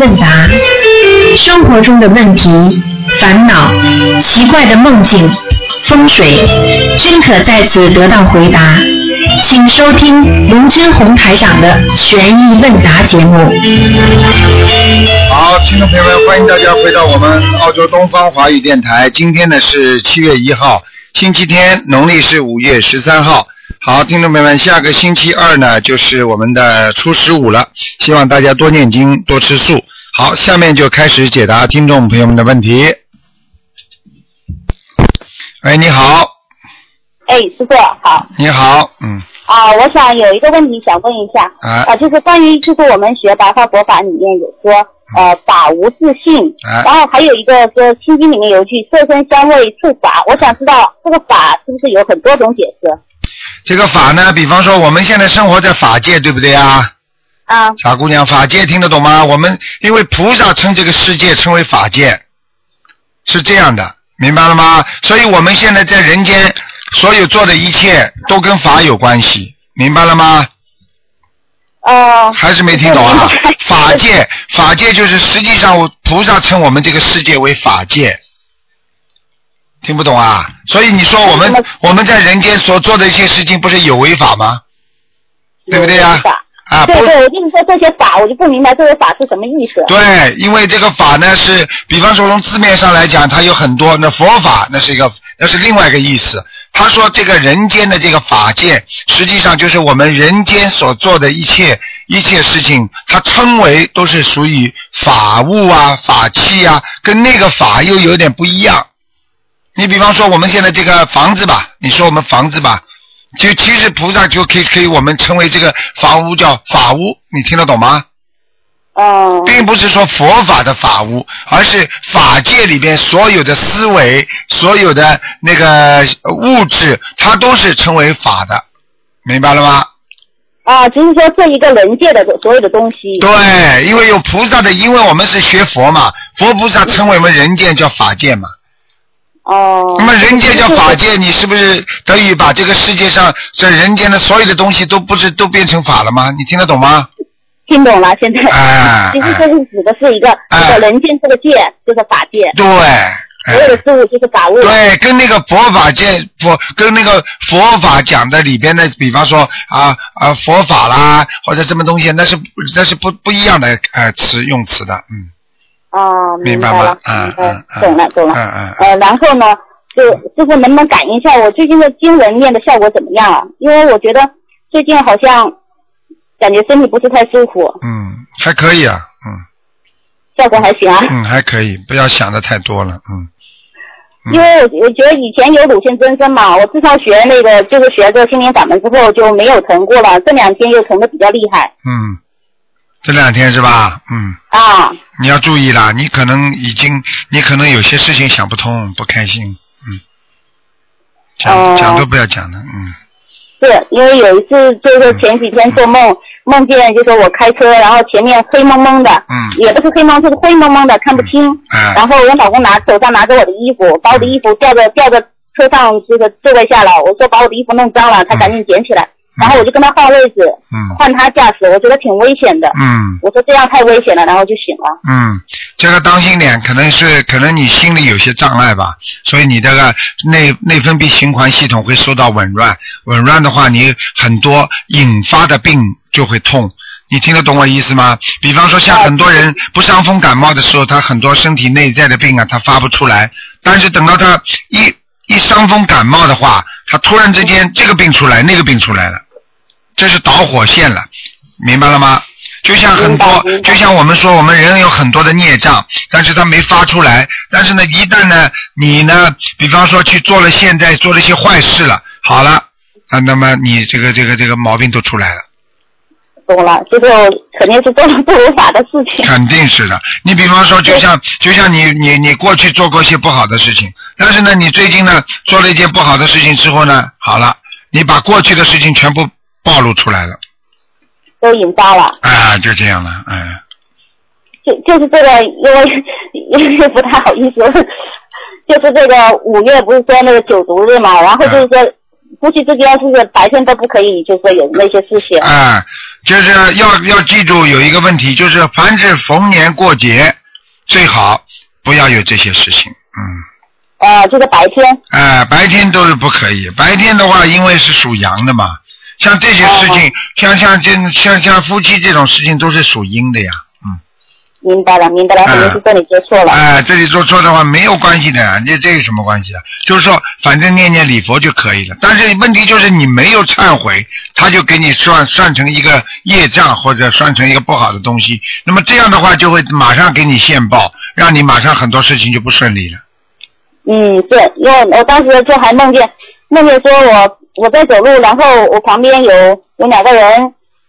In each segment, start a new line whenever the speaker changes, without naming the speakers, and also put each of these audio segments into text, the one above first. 问答，生活中的问题、烦恼、奇怪的梦境、风水，均可在此得到回答。请收听卢军红台长的《悬疑问答》节目。
好，听众朋友们，欢迎大家回到我们澳洲东方华语电台。今天呢是七月一号，星期天，农历是五月十三号。好，听众朋友们，下个星期二呢就是我们的初十五了，希望大家多念经，多吃素。好，下面就开始解答听众朋友们的问题。喂，你好，
哎，师傅好
你好，嗯，
啊，我想有一个问题想问一下
啊
就是关于就是我们学白话佛法里面有说呃打无自信，
嗯啊
然后还有一个说心经里面有一句色身香味触法，我想知道这个法是不是有很多种解释？
这个法呢，比方说我们现在生活在法界，对不对啊？
啊
傻姑娘，法界听得懂吗？我们因为菩萨称这个世界称为法界，是这样的，明白了吗？所以我们现在在人间所有做的一切都跟法有关系，明白了吗？
哦
还是没听懂 啊
明白？
法界，法界就是实际上我菩萨称我们这个世界为法界，听不懂啊？所以你说我 们
那么
我们在人间所做的一些事情，不是有违法吗？对不对
有
呀
这个法
啊，不
对对，我就是说这些法，我就不明白这些法是什么意思。
对，因为这个法呢是，比方说从字面上来讲，它有很多。那佛法那是一个，那是另外一个意思。他说这个人间的这个法界，实际上就是我们人间所做的一切一切事情，它称为都是属于法物啊、法器啊，跟那个法又有点不一样。你比方说我们现在这个房子吧，你说我们房子吧，就其实菩萨就可以可以我们称为这个房屋叫法屋，你听得懂吗？
哦
并不是说佛法的法无，而是法界里边所有的思维、所有的那个物质，它都是称为法的，明白了吗？
啊，就是说这一个人界的所有的东西。
对，因为有菩萨的，因为我们是学佛嘛，佛菩萨称为我们人界叫法界嘛。
哦。
那么人界叫法
就是
界，你是不是等于把这个世界上这人间的所有的东西都不是都变成法了吗？你听得懂 吗？
听懂了，现在。
哎
其实就是指的是一个
哎
一个人间这个界，就是法界，
对。哎
所有的事物就是法物。
对，跟那个佛法界佛跟那个佛法讲的里边的，比方说啊啊佛法啦，或者什么东西，那是那是不不一样的呃词用词的，嗯，
哦，
明
白
吗
了？，
嗯
嗯
嗯，嗯，
懂了，懂了。
嗯嗯嗯，
呃，然后呢，就师傅能不能感应一下我最近的经文念的效果怎么样啊？因为我觉得最近好像感觉身体不是太舒服，
嗯，还可以啊，嗯
效果还行啊。
嗯还可以，不要想的太多了，嗯嗯
因为我我觉得以前有乳腺增生嘛，我自从学那个就是学这个心灵法门之后就没有疼过了，这两天又疼的比较厉害
嗯，这两天是吧？嗯，
啊。
你要注意啦，你可能已经你可能有些事情想不通，不开心，嗯，讲、
哦
讲都不要讲了，嗯。
是因为有一次，就是前几天做梦，梦见就说我开车，然后前面黑蒙蒙的，
嗯
也不是黑蒙，就是灰蒙蒙的，看不清。
哎
然后我老公拿手上拿着我的衣服，把我的衣服吊在吊在车上这个座位下了，我说把我的衣服弄脏了，他赶紧捡起来，然后我就跟他换位置，
嗯
换他驾驶，我觉得挺危险的，
嗯
我说这样太危险了，然后就醒了。
嗯，这个当心点，可能是可能你心里有些障碍吧，所以你这个内内分泌循环系统会受到紊乱，紊乱的话，你很多引发的病就会痛。你听得懂我意思吗？比方说，像很多人不伤风感冒的时候，他很多身体内在的病啊，他发不出来。但是等到他一一伤风感冒的话，他突然之
嗯
间这个病出来，那个病出来了，这是导火线了，明白了吗？就像很多
明白明，白
就像我们说，我们人有很多的孽障，但是他没发出来。但是呢，一旦呢，你呢，比方说去做了现在做了一些坏事了，好了，啊，那么你这个这个这个毛病都出来了。
懂了，就是我肯定是做了不如法的事 情。
肯定是的。你比方说，就像就像你你你过去做过一些不好的事情，但是呢，你最近呢做了一件不好的事情之后呢，好了，你把过去的事情全部暴露出来了，
都引发了，
啊，就这样了，哎，
就就是这个，因为因为不太 好意思，就是这个五月不是说那个九族日嘛，然后就是说夫妻之间是不是白天都不可以，就是说有那些事情？
啊，就是要要记住有一个问题，就是凡是逢年过节，最好不要有这些事情。嗯，
呃，就是白天，
啊，白天都是不可以。白天的话，因为是属羊的嘛，像这些事情，像像这像像夫妻这种事情都是属阴的呀。嗯，
明白了，明白了，肯定是这里做错了。
哎、这里做错的话没有关系的，这这有什么关系啊？就是说，反正念念礼佛就可以了。但是问题就是你没有忏悔，他就给你算算成一个业障或者算成一个不好的东西。那么这样的话，就会马上给你现报，让你马上很多事情就不顺利了。
嗯，对，因为我当时就还梦见，梦见说我我在走路，然后我旁边有有两个人，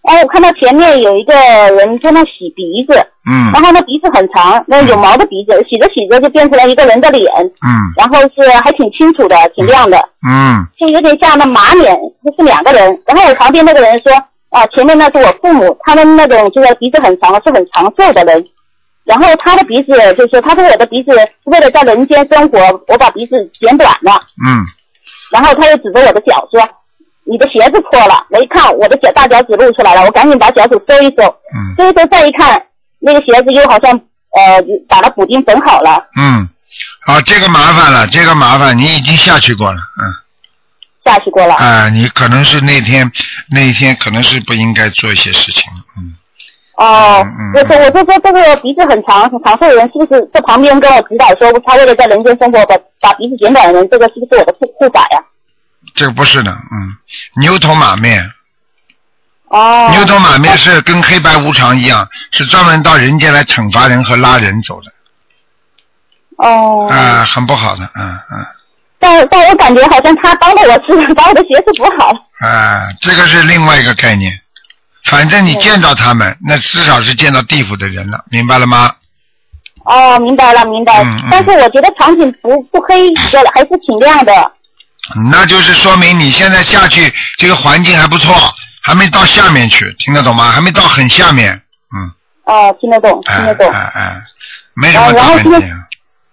哎，我看到前面有一个人在那洗鼻子，
嗯
然后那鼻子很长，那有毛的鼻子，洗着洗着就变成了一个人的脸，
嗯
然后是还挺清楚的，挺亮的，
嗯
就有点像那马脸，就是两个人。然后我旁边那个人说，啊，前面那是我父母，他们那种就是鼻子很长，是很长寿的人。然后他的鼻子就是，他说我的鼻子是为了在人间生活，我把鼻子剪短了。
嗯
然后他又指着我的脚说，你的鞋子破了。我一看我的脚大脚趾露出来了，我赶紧把脚趾收一收，
嗯
收一收再一看，那个鞋子又好像呃把它补丁缝好了，
嗯，好，这个麻烦了，这个麻烦你已经下去过了，嗯。
下去过了。
啊，你可能是那天那一天可能是不应该做一些事情，嗯，
哦
嗯嗯，
我说我就说这个鼻子很长很长寿的人，是不是在旁边跟我指导说，他为了在人间生活把把鼻子剪短的人，这个是不是我的护护法呀？
这个不是的，嗯，牛头马面，
哦，
牛头马面是跟黑白无常一样，是专门到人间来惩罚人和拉人走的，
哦，
啊、很不好的，嗯嗯。
但但我感觉好像他帮着我治，把我的鞋子补好了。
啊，这个是另外一个概念。反正你见到他们，那至少是见到地府的人了，明白了吗？
哦，明白了明白了
嗯嗯。
但是我觉得场景不不黑，也还是挺亮的。
那就是说明你现在下去这个环境还不错，还没到下面去，听得懂吗？还没到很下面，嗯，
哦，听得懂
哎
听得懂
哎，哎，没什么
然
大
后
问题啊。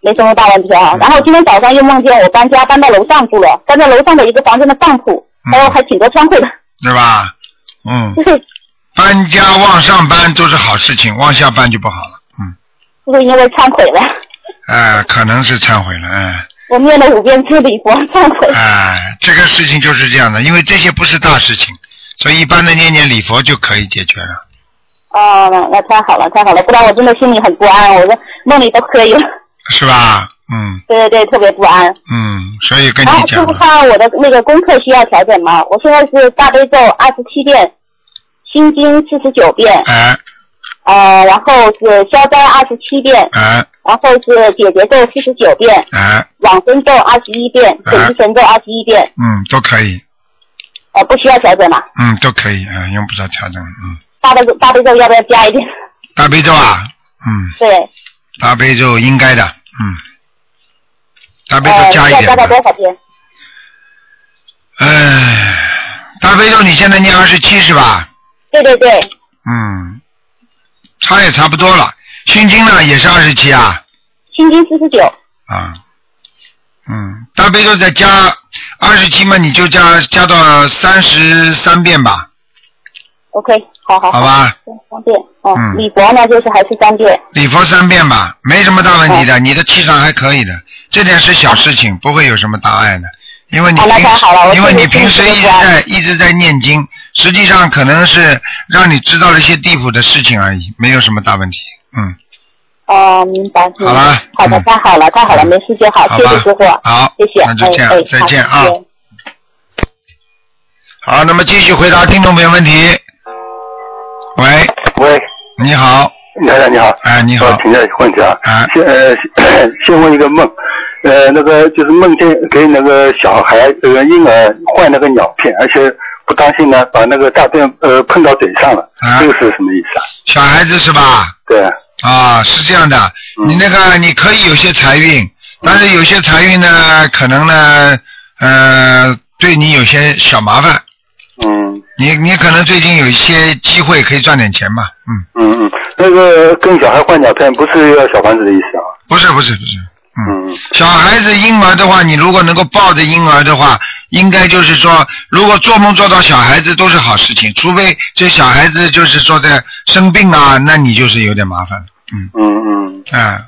没什么大问题啊。
嗯
然后今天早上又梦见我搬家搬到楼上住了，搬到楼上的一个房间的当铺，
嗯
然后还挺多窗户的，
对吧？嗯，
就是
搬家往上搬都是好事情，往下搬就不好了。嗯，
就是因为忏悔了。
哎、可能是忏悔了，哎、
我念了五遍这礼佛忏悔。
哎、这个事情就是这样的，因为这些不是大事情，所以一般的念念礼佛就可以解决了。
哦，那那太好了，太好了，不然我真的心里很不安，我的梦里都 可以了。
是吧？嗯
对对对，特别不安。
嗯，所以跟
然
你
后师
讲
傅
了，
看我的那个功课需要调整吗？我现在是大悲咒二十七遍，心经四十九遍，
哎
呃，然后是消灾二十七遍，
哎
然后是解结咒四十九遍，
哎，
往生咒二十一遍，
啊
准提神咒二十一遍，
嗯，都可以，
呃，不需要调整嘛？
嗯，都可以，啊、用不着调整，嗯，
大悲咒大悲咒要不要加一点？
大悲咒啊，嗯，
对，
大悲咒应该的，嗯，大悲
呃，
咒加一
要加
点吧
到。多少遍？
唉，哎大悲咒你现在念二十七是吧？
对对对，
嗯，差也差不多了。心经呢也是二十七啊
心经四十九。
啊，嗯，大悲咒再加二十七嘛，你就加加到三十三遍吧，
OK，好好
好，吧？
三遍，哦
嗯，
礼佛呢就是还是三遍，
礼佛三遍吧，没什么大问题的，你的气场还可以的，这点是小事情，不会有什么大碍的。因为你
好那
平
太好了我
因为
这
你
个
平时
心
一
里
直
不安
在一直在念经，实际上可能是让你知道了一些地府的事情而已，没有什么大问题。嗯，
哦，明白。明白
好了
好的
嗯，
太好了，太好了，没事就好，
好
谢
吧
谢师傅，
好
谢谢，
那就这样
哎哎
再见
好
啊
谢谢
好，那么继续回答听众朋友问题。喂，
喂，
你好，
台长你好，
哎，你
我
好，
请教一个问题啊，
啊
先呃先 问一个梦，呃那个就是梦见给那个小孩这个婴儿换那个尿片，而且不当心呢把那个大便呃碰到嘴上了，
啊
这个是什么意思啊？
小孩子是吧？
对，
啊，是这样的，
嗯
你那个你可以有些财运，但是有些财运呢，可能呢，呃，对你有些小麻烦。
嗯
你你可能最近有一些机会可以赚点钱吧？嗯，
嗯嗯，那个跟小孩换尿片不是要小房子的意思啊？
不是不是不是，嗯，
嗯
小孩子婴儿的话，你如果能够抱着婴儿的话，应该就是说，如果做梦做到小孩子都是好事情，除非这小孩子就是说在生病啊，那你就是有点麻烦了。嗯，
嗯嗯，
啊，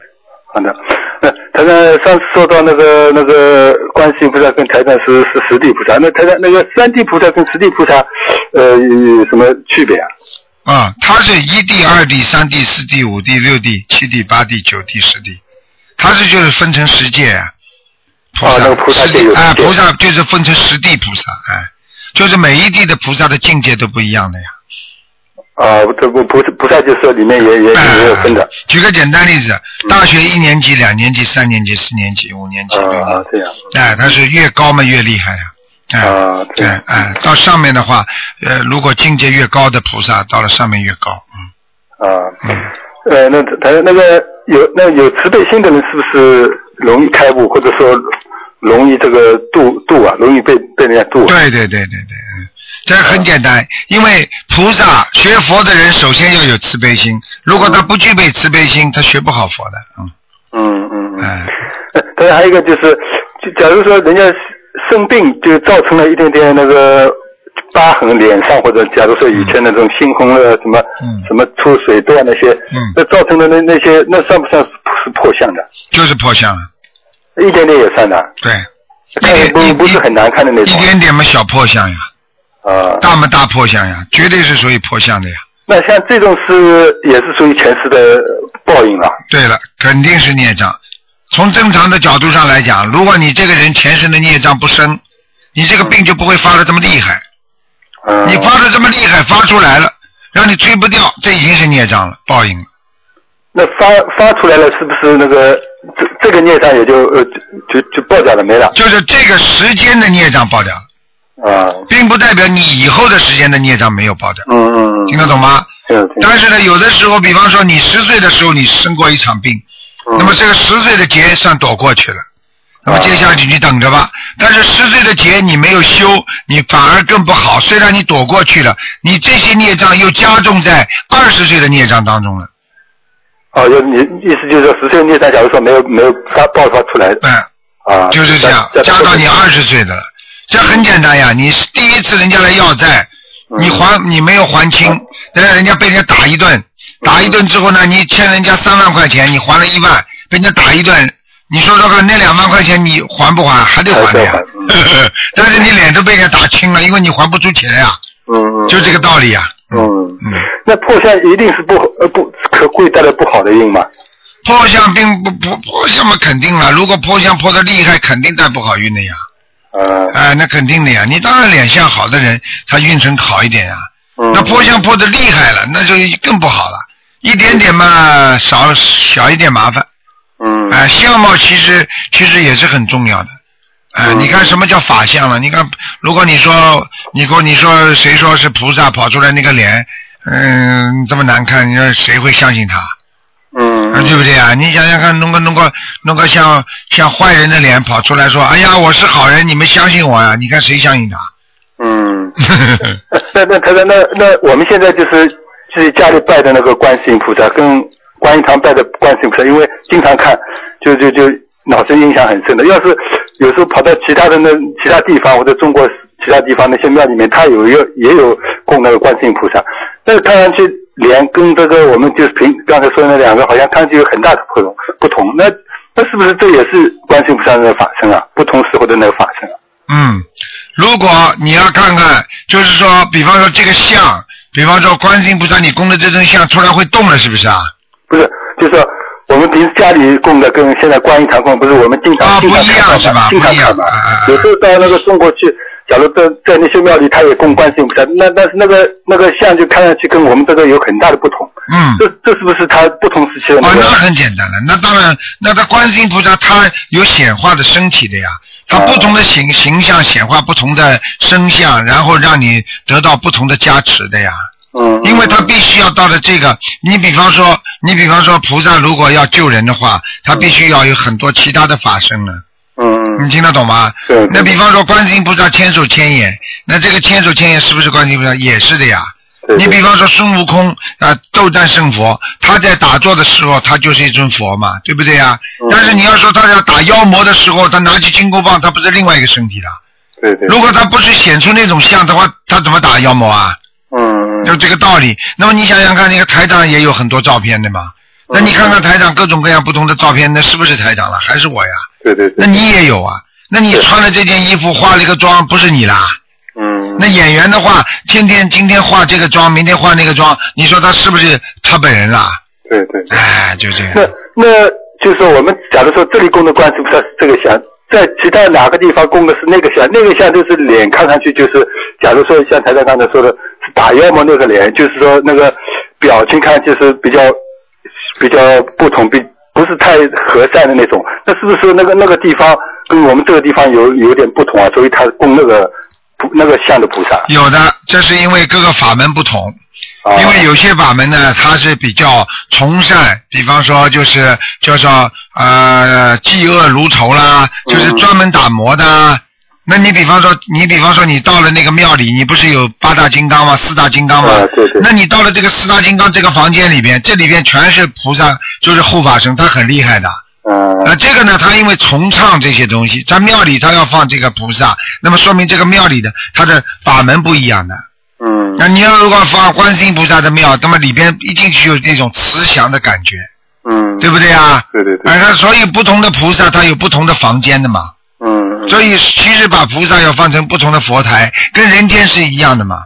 好的。呃，台长上次说到那个那个观世音菩萨跟台长是是实地菩萨，那台长那个三地菩萨跟实地菩萨，呃，有什么区别啊？
啊，它是一地、二地、三地、四地、五地、六地、七地、八地、九地、十地，它是就是分成十界啊。菩
哦那个菩萨
萨，十
界有
地啊，
界
菩萨就是分成十地菩萨，哎，就是每一地的菩萨的境界都不一样的呀。
啊，这不菩萨菩萨就是说里面也也也有分的。
哎
嗯
举个简单例子，大学一年级、两年级、三年级、四年级、五年级，
啊
六年级
啊，这样。
哎，它是越高嘛越厉害呀、哎、
啊对
哎哎，到上面的话，呃，如果境界越高的菩萨，到了上面越高，嗯，
啊，呃，那他那个有那有慈悲心的人是不是容易开悟，或者说容易这个度度啊，容易被被人家度啊？
对对对对对，嗯，这很简单，因为菩萨学佛的人首先要有慈悲心，如果他不具备慈悲心，他学不好佛的，嗯，
嗯嗯嗯。
哎，
呃但是还有一个就是，就假如说人家生病，就造成了一点点那个疤痕，脸上或者假如说以前那种猩红了什么、
嗯
什么出水痘啊那些，
嗯
那造成的那那些那算不算是破相的？
就是破相了，
一点点也算的，
对，
看
一
不
点一
不是很难看的那
一
种
点点嘛小破相呀，
啊。
大嘛大破相呀，绝对是属于破相的呀。
那像这种是也是属于前世的报应了。啊
对了，肯定是孽障。从正常的角度上来讲，如果你这个人前世的孽障不深，你这个病就不会发的这么厉害。
嗯，
你发的这么厉害，发出来了，让你追不掉，这已经是孽障了，报应了。
那发发出来了，是不是那个这这个孽障也就呃就就就报掉了没了
就是这个时间的孽障报掉了，
啊？
并不代表你以后的时间的孽障没有报掉。
嗯嗯嗯，
听得懂吗？
听得懂
但是呢，有的时候，比方说你十岁的时候你生过一场病，
嗯
那么这个十岁的劫算躲过去了，那么接下去你等着吧。但是十岁的劫你没有修，你反而更不好。虽然你躲过去了，你这些孽障又加重在二十岁的孽障当中了。
哦，就你意思就是说十岁孽障，假如说没有没有发爆发出来
嗯，
啊，
就是这样，加到你二十岁的了。这很简单呀，你是第一次人家来要债，
嗯
你还你没有还清，然后人家被人家打一顿，打一顿之后呢，你欠人家三万块钱，你还了一万，被人家打一顿，你说说看，那两万块钱你还不还？还得还的呀
还。嗯
但是你脸都被人家打青了，因为你还不出钱呀，
嗯嗯，
就这个道理呀。
嗯
嗯，
那破相一定是不呃不可贵带来不好的因嘛？
破相并不破破相嘛，肯定了。如果破相破的厉害，肯定带不好运的呀。
啊，
哎，那肯定的呀。你当然脸相好的人，他运程好一点呀。
嗯
那破相破的厉害了，那就更不好了。一点点嘛，少小一点麻烦。
嗯
哎、相貌其实其实也是很重要的。哎、
嗯
你看什么叫法相了？你看，如果你说你跟你说谁说是菩萨跑出来那个脸，嗯，这么难看，你说谁会相信他？
嗯
啊，对不对啊？你想想看，弄个弄个弄个像像坏人的脸跑出来说，哎呀，我是好人，你们相信我呀、你看谁相信他？
嗯。 那那他说那那我们现在就是自己家里拜的那个观世音菩萨，跟观音堂拜的观世音菩萨，因为经常看，就就就脑子印象很深的。要是有时候跑到其他的那其他地方或者中国其他地方那些庙里面，他有也也有供那个观世音菩萨，但是看上去脸跟这个我们就是平刚才说的那两个好像看上去有很大的不同不同。那那是不是这也是观世音菩萨的法身啊？不同时候的那个法身啊？
嗯，如果你要看看，就是说，比方说这个像，比方说观世音菩萨，你供的这尊像突然会动了，是不是啊？
不是，就是说我们平时家里供的跟现在观音堂供不是我们经常
啊
经
不
常
一样
看到
是吧
经常
不一样
看到
啊啊啊
有时候到那个中国去，假如在在那些庙里，他也供观世音菩萨，那但是那个那个像就看上去跟我们这个有很大的不同。
嗯，
这这是不是他不同时期的
啊
那，个
那？很简单了。那当然，那他观世音菩萨他有显化的身体的呀，他不同的形形象显化不同的身相，然后让你得到不同的加持的呀。
嗯，
因为他
嗯
必须要到了这个，你比方说，你比方说菩萨如果要救人的话，他必须要有很多其他的法身呢。
嗯
你
嗯
听得懂吗？
对
那
对
比方说观世音菩萨千手千眼，那这个千手千眼是不是观世音菩萨？也是的呀。
嗯对
嗯你
对
比方说孙悟空啊、斗战胜佛，他在打坐的时候，他就是一尊佛嘛，对
嗯
不对呀？但是你要说他要打妖魔的时候，他拿起金箍棒，他不是另外一个身体了？
对对，
如果他不是显出那种像的话，他怎么打妖魔啊？
嗯，
就这个道理。那么你想想看，那个台长也有很多照片的嘛。那你看看台长各种各样不同的照片，那是不是台长了？还是我呀？
对对
那
对，
你也有啊？那你穿了这件衣服，化了一个妆，不是你啦？
嗯，
那演员的话，天天今天化这个妆，明天化那个妆，你说他是不是他本人啦？
对对，
哎，就这
那
样。
那就是说，我们假如说这里供的观世菩萨是这个像，在其他哪个地方供的是那个像，那个像就是脸看上去就是，假如说像台长刚才说的，是打妖魔那个脸，就是说那个表情看就是比较比较不同，比不是太和善的那种。那是不是那个那个地方跟我们这个地方有有点不同啊？所以他供那个菩那个像的菩萨，
有的，这是因为各个法门不同。
啊、
因为有些法门呢，它是比较崇尚，比方说就是叫做呃嫉恶如仇啦，
嗯
就是专门打磨的啊。那你比方说，你比方说你到了那个庙里，你不是有八大金刚吗？四大金刚吗？
啊对对
那你到了这个四大金刚这个房间里边，这里边全是菩萨，就是护法神，他很厉害的。
嗯
啊，这个呢，他因为崇尚这些东西，在庙里他要放这个菩萨，那么说明这个庙里的他的法门不一样的。
嗯
那你要如果放观世音菩萨的庙，那么里边一进去有那种慈祥的感觉，
嗯，
对不对啊？
对对对
哎，，那所以不同的菩萨它有不同的房间的嘛，
嗯，
所以其实把菩萨要放成不同的佛台，跟人间是一样的嘛，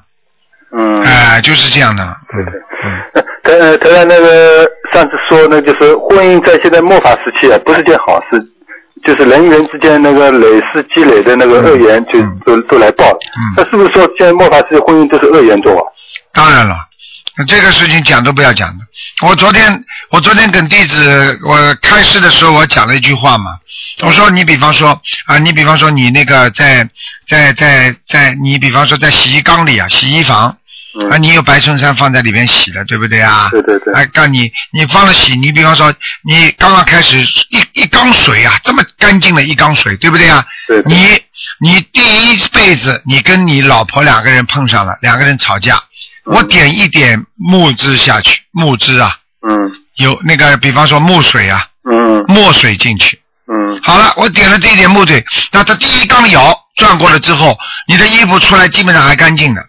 嗯。
哎，就是这样的。嗯嗯
他呃，他那个上次说呢，就是婚姻在现在末法时期啊，不是件好事，就是人与人之间那个累世积累的那个恶缘就
嗯
都都来报了。那
嗯，
是不是说现在末法时期婚姻都是恶缘多啊？
当然了。那这个事情讲都不要讲的。我昨天我昨天跟弟子我开示的时候，我讲了一句话嘛，我说你比方说啊，你比方说你那个在在在在你比方说在洗衣缸里啊，洗衣房，
嗯，
啊，你有白衬衫放在里面洗了，对不对啊？
对对对
哎，干你，你放了洗，你比方说，你刚刚开始一一缸水啊，这么干净的一缸水，对不对啊？
对对
你你第一辈子，你跟你老婆两个人碰上了，两个人吵架，我点一点木汁下去，木汁啊，
嗯
有那个比方说木水啊，
嗯
墨水进去。
嗯
好了，我点了这一点木水，那它第一缸摇转过了之后，你的衣服出来基本上还干净的。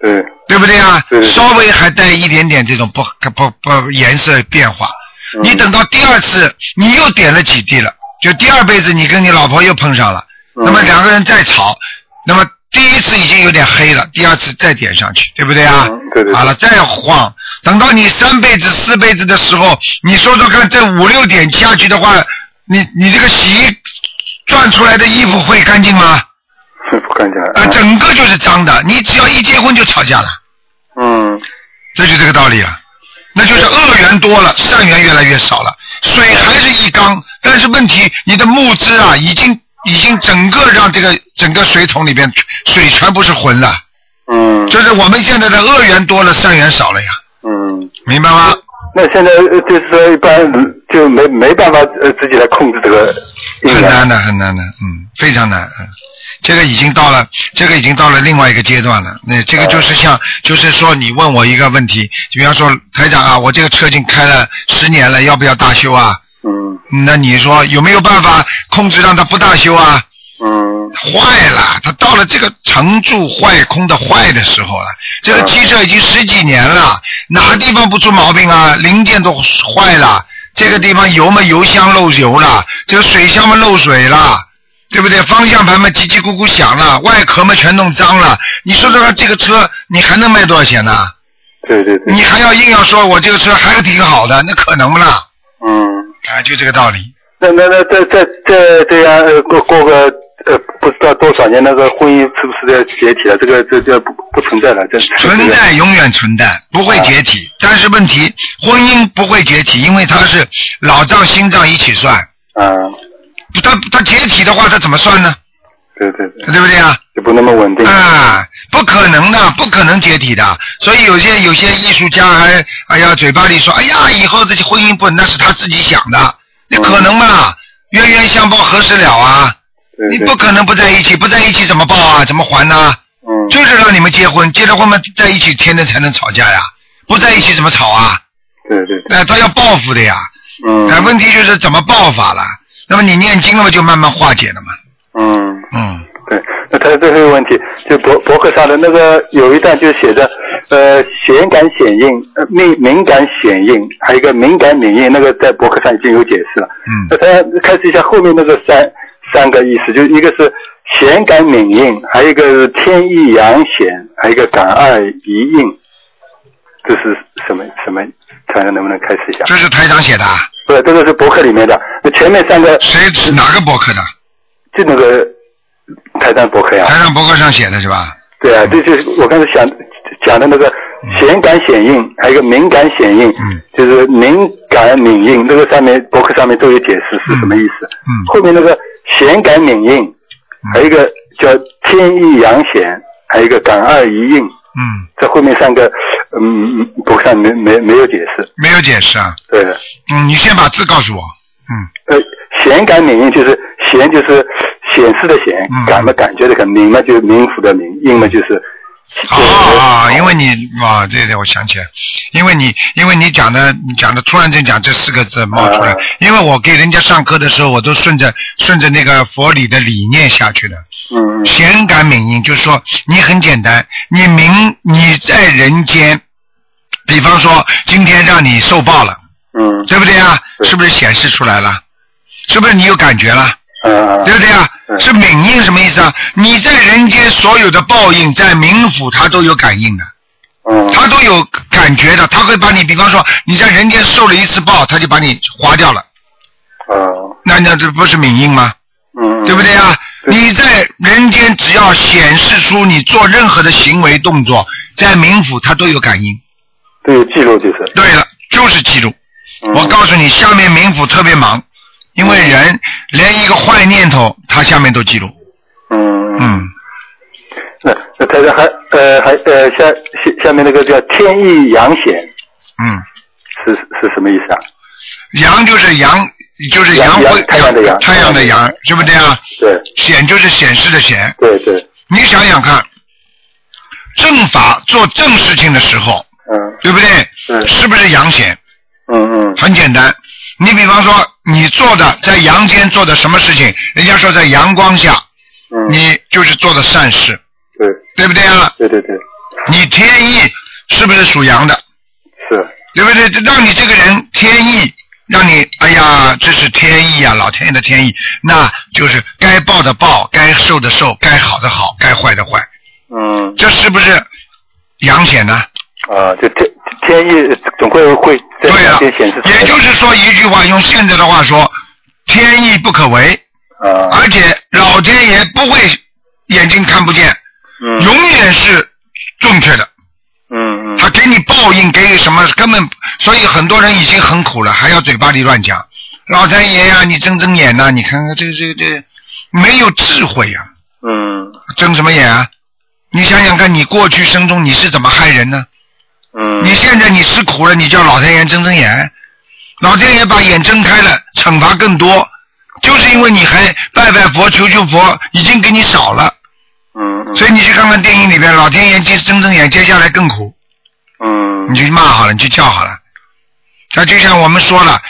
对嗯
对不对啊？
对对对
稍微还带一点点这种不不不颜色变化。
嗯
你等到第二次，你又点了几滴了，就第二辈子你跟你老婆又碰上了，
嗯
那么两个人再吵，那么第一次已经有点黑了，第二次再点上去，对不对啊？
嗯对对对
好了，再晃，等到你三辈子、四辈子的时候，你说说看，这五六点下去的话，你你这个洗衣转出来的衣服会干净吗？
不看起来
啊、整个就是脏的。你只要一结婚就吵架了。
嗯
这就这个道理啊。那就是恶缘多了，善缘越来越少了。水还是一缸，但是问题你的木汁啊，已经已经整个让这个整个水桶里边水全部是浑了。
嗯
就是我们现在的恶缘多了，善缘少了呀，
嗯。
明白吗？
那现在呃就是说，一般就没没办法呃自己来控制这个姻
很
缘
难的，很难的，嗯，非常难，嗯。这个已经到了，这个已经到了另外一个阶段了。那这个就是像，就是说，你问我一个问题，比方说，台长啊，我这个车已经开了十年了，要不要大修啊？
嗯
那你说有没有办法控制让它不大修啊？
嗯
坏了，它到了这个成住坏空的坏的时候了。这个汽车已经十几年了，哪个地方不出毛病啊？零件都坏了，这个地方油嘛油箱漏油了，这个水箱嘛漏水了，对不对？方向盘嘛叽叽咕咕响了，外壳嘛全弄脏了。你说说看，这个车你还能卖多少钱呢？
对对对
你还要硬要说我这个车还挺好的，那可能不啦？
嗯。
啊，就这个道理。
那那那这这这这样呃过过个呃不知道多少年，那个婚姻是不是要解体了？这个这这不不存在了，这
存在永远存在，不会解体。但是问题，婚姻不会解体，因为它是老账新账一起算。
啊，
不它它解体的话，它怎么算呢？
对对对，
对不对啊？
就不那么稳定。
啊，不可能的，不可能解体的。所以有些有些艺术家还哎呀，嘴巴里说哎呀，以后这些婚姻不，那是他自己想的，那可能吗？冤冤相报何时了啊？
对
你
对
不可能不在一起，不在一起怎么报啊？怎么还呢？
嗯
就是让你们结婚，结了婚嘛，在一起天天才能吵架呀，不在一起怎么吵啊？
对对对，
那、他要报复的呀，哎
嗯
那、问题就是怎么报法了？那么你念经了嘛，就慢慢化解了嘛，
嗯，
嗯，
对，那他的最后一个问题，就博博客上的那个有一段就写着，呃，显感显应，呃敏敏感显应，还有一个敏感敏应，那个在博客上已经有解释了。
嗯
那他开始一下后面那个三三个意思，就一个是显感敏应，还有一个是天意阳显，还有一个感爱一应，这是什么什么？看看能不能开始一下？
这是台长写的啊，
不是，这个是博客里面的，那前面三个
谁哪个博客的？
就那个台上博客呀、
台长博客上写的是吧？
对啊，这就是我刚才想讲的那个显感显应，还有一个敏感显应，
嗯
就是敏感敏应，这个上面博客上面都有解释是什么意思。
嗯
后面那个显感敏应，还有一个叫天意阳显，还有一个感二一应，
嗯，
这后面三个嗯嗯博客上没没没有解释。
没有解释啊。
对的，
嗯，你先把字告诉我。嗯
呃，显感敏应就是显就是显示的显
嗯，
感嘛感觉的感，敏嘛就是冥府的冥，应嘛就是。
啊啊，因为你啊，对对，我想起来，因为你因为你讲的你讲的，突然间讲这四个字冒出来，
啊
因为我给人家上课的时候，我都顺着顺着那个佛理的理念下去的。
嗯，嗯
显感敏应，就是说你很简单，你明你在人间，比方说今天让你受报了，
嗯
对不对啊？
对
是不是显示出来了？是不是你有感觉了？
嗯
对不对啊？
嗯
是敏应什么意思啊？你在人间所有的报应，在冥府它都有感应的，
嗯
它都有感觉的，它会把你，比方说你在人间受了一次报，它就把你划掉了，
嗯
那那这不是敏应吗？
嗯，
对不对啊？
对
你在人间只要显示出你做任何的行为动作，在冥府它都有感应。
都有记录就是。
对了，就是记住。
嗯
我告诉你，下面冥府特别忙，因为人连一个坏念头，它下面都记录。
嗯嗯，
嗯，
那那台上还呃还呃下下下面那个叫天意阳显
嗯。
是是什么意思啊？
阳就是阳，就是
阳
辉，
阳太阳的阳
太阳的阳，是不是这样？
对
显就是显示的显。
对对，
你想想看，正法做正事情的时候，
嗯
对不对？
嗯
是不是阳显？
嗯嗯
很简单，你比方说你做的在阳间做的什么事情，人家说在阳光下，
嗯，
你就是做的善事，
对
对不对啊？
对对对
你天意是不是属阳的？
是，
对不对？让你这个人天意，让你哎呀，这是天意啊，老天爷的天意，那就是该报的报，该受的受，该好的好，该坏的坏，
嗯
这是不是阳险呢？
啊，就天天意总归会在
对
阳
啊
间显示，出来
也就是说一句话，用现在的话说，天意不可违，
啊
而且老天爷不会眼睛看不见，
嗯
永远是正确的。
嗯嗯
他给你报应，给你什么根本，所以很多人已经很苦了，还要嘴巴里乱讲。老天爷呀、你睁睁眼呐、你看看这个这个这个，没有智慧呀、
嗯
睁什么眼啊？你想想看，你过去生中你是怎么害人呢？
嗯
你现在你吃苦了，你叫老天爷睁睁眼，老天爷把眼睁开了，惩罚更多，就是因为你还拜拜佛求求佛，已经给你少了，
嗯嗯
所以你去看看电影里边，老天爷接睁睁眼，接下来更苦。
嗯
你去骂好了，你去叫好了。那就像我们说了，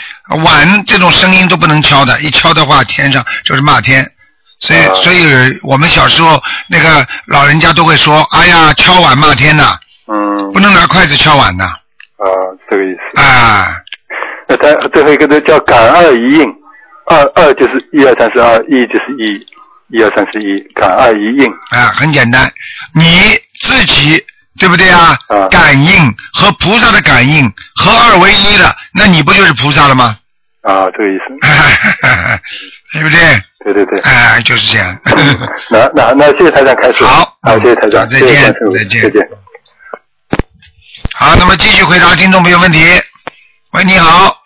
碗这种声音都不能敲的，一敲的话，天上就是骂天。所以
啊，
所以我们小时候那个老人家都会说：“哎呀，敲碗骂天呐，
嗯
不能拿筷子敲碗呐。
啊这个意思”。
啊，
那它最后一个呢叫感二一应，二二就是一二三四二，一就是一，一二三四一，感二一应。
啊，很简单，你自己对不对啊
啊？
感应和菩萨的感应合二为一了，那你不就是菩萨了吗？
啊，这个意思，
对不对？
对对 对。
哎，就是这样。
那那那谢谢台长开始。
好
啊，谢谢台长，
再
谢谢
见
观世音菩萨
再见
再见。
好，那么继续回答听众朋友问题。喂，你好。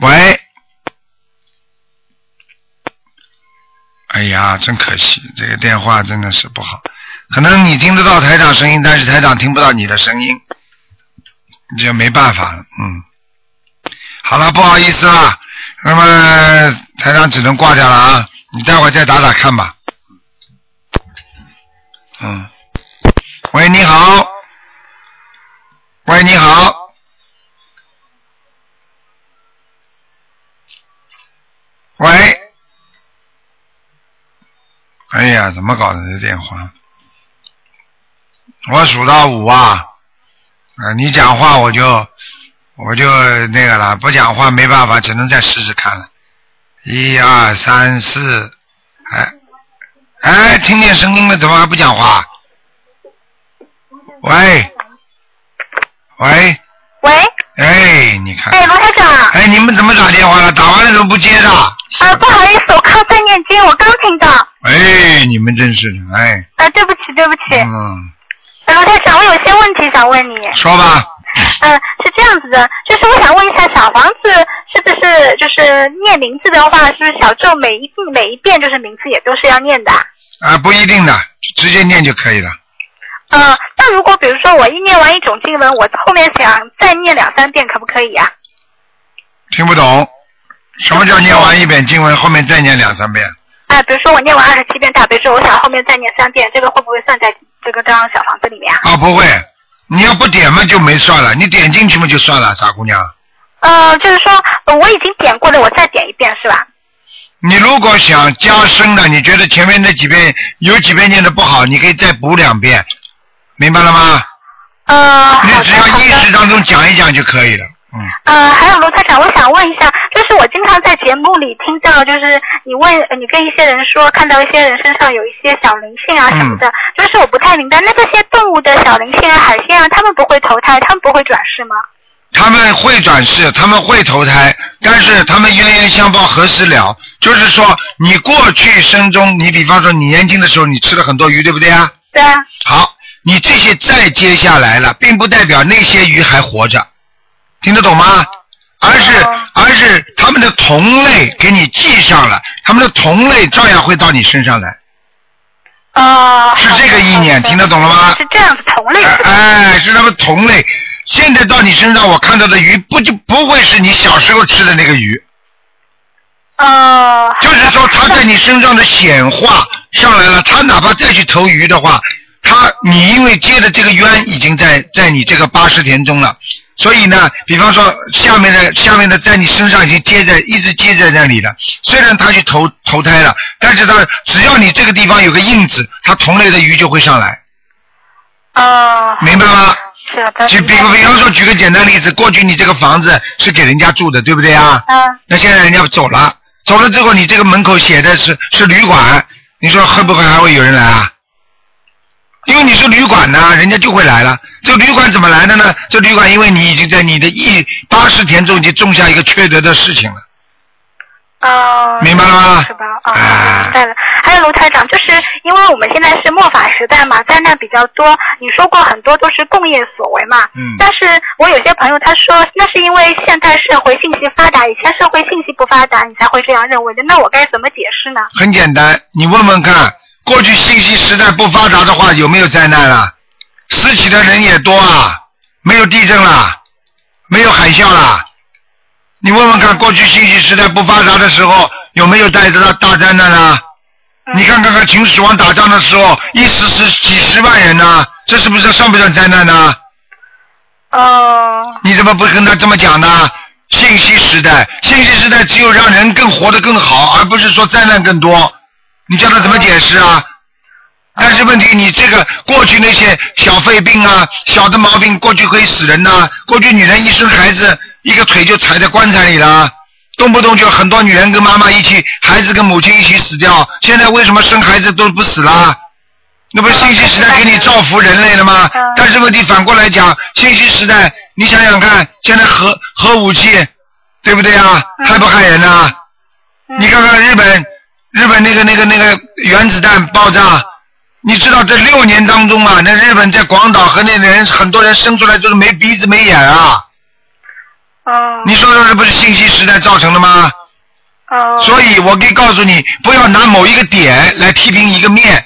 喂。哎呀，真可惜，这个电话真的是不好。可能你听得到台长声音，但是台长听不到你的声音，这就没办法了。嗯，好了，不好意思啦，那么台长只能挂掉了啊。你待会儿再打打看吧。嗯。喂，你好。喂，你好。喂。哎呀，怎么搞的这电话？我数到五啊，啊，你讲话我就我就那个了，不讲话没办法，只能再试试看了。一二三四，哎哎，听见声音了，怎么还不讲话？喂喂，
喂，
哎，你看，
哎，罗台长，
哎，你们怎么打电话了？打完了怎么不接的？
呃，不好意思，我刚在念经，我刚听到，
哎，你们真是的，哎，
呃，对不起，对不起，
嗯，
呃罗台长，我有些问题想问你，
说吧，
嗯、是这样子的，就是我想问一下，小房子是不是就是念名字的话，是不是小咒每一每一遍就是名字也都是要念的啊？
啊，不一定的，直接念就可以了。
嗯、那如果比如说我一念完一种经文，我后面想再念两三遍，可不可以啊呀、
听不懂，什么叫念完一遍经文，后面再念两三遍？
啊？比如说我念完二十七遍大悲咒，我想后面再念三遍，这个会不会算在这个张小房子里面啊？
啊，不会，你要不点嘛就没算了，你点进去嘛就算了，傻姑娘。
嗯、就是说呃我已经点过了，我再点一遍是吧？
你如果想加深的，你觉得前面那几遍有几遍念的不好，你可以再补两遍，明白了吗？
呃，
你
好的
只要
好
意识
的。
当中讲一讲就可以了。嗯，
呃，还有罗台长，我想问一下，就是我经常在节目里听到，就是你问呃你跟一些人说，看到一些人身上有一些小灵性啊什么
嗯
的，就是我不太明白，那这些动物的小灵性啊、海鲜啊，他们不会投胎，他们不会转世吗？
他们会转世，他们会投胎，但是他们冤冤相报何时了？就是说，你过去生中，你比方说你年轻的时候，你吃了很多鱼，对不对啊？
对啊，
好，你这些再接下来了，并不代表那些鱼还活着，听得懂吗？而是而是他们的同类给你记上了，他们的同类照样会到你身上来，
哦、
是这个意 念，听得懂了吗？
是这样子，同类
哎
是吧？
哎，是他们同类。现在到你身上，我看到的鱼不就不会是你小时候吃的那个鱼，
哦、
就是说它在你身上的显化上来了。它哪怕再去投鱼的话，它你因为接的这个冤已经在在你这个八十田中了，所以呢，比方说下面的下面的在你身上已经接着一直接在那里了。虽然它去投投胎了，但是它只要你这个地方有个印子，它同类的鱼就会上来，
哦、
明白吗？
是的。
举比比方说举个简单例子，过去你这个房子是给人家住的，对不对啊？
嗯，
那现在人家走了，走了之后你这个门口写的是是旅馆，你说会不会还会有人来啊？因为你是旅馆呐、人家就会来了。这旅馆怎么来的呢？这旅馆因为你已经在你的一八十田中已经种下一个缺德的事情了。
哦，
明白了吗
是吧？哦，
哎
明白了。还有卢台长，就是因为我们现在是末法时代嘛，灾难比较多。你说过很多都是共业所为嘛，
嗯
但是我有些朋友他说，那是因为现代社会信息发达，以前社会信息不发达，你才会这样认为的。那我该怎么解释呢？
很简单，你问问看，过去信息时代不发达的话，有没有灾难啊？死起的人也多啊，没有地震啦，没有海啸啦。你问问看，过去信息时代不发达的时候，有没有带着大大灾难啊？你看看看秦始皇打仗的时候，一死是几十万人呐、这是不是算不算灾难呢、啊
哦，
你怎么不跟他这么讲呢？信息时代，信息时代只有让人更活得更好，而不是说灾难更多。你叫他怎么解释啊？但是问题，你这个过去那些小肺病啊、小的毛病，过去可以死人呐、过去女人一生孩子，一个腿就踩在棺材里了，动不动就很多女人跟妈妈一起，孩子跟母亲一起死掉。现在为什么生孩子都不死啦？那不是信息时代给你造福人类了吗
嗯？
但是问题反过来讲，信息时代，你想想看，现在核核武器，对不对啊？害不害人呐、
嗯
你看看日本，日本那个那个那个原子弹爆炸，你知道这六年当中啊，那日本在广岛和那人很多人生出来就是没鼻子没眼啊，
哦，
你说说这不是信息时代造成的吗？
哦，
所以我可以告诉你，不要拿某一个点来批评一个面，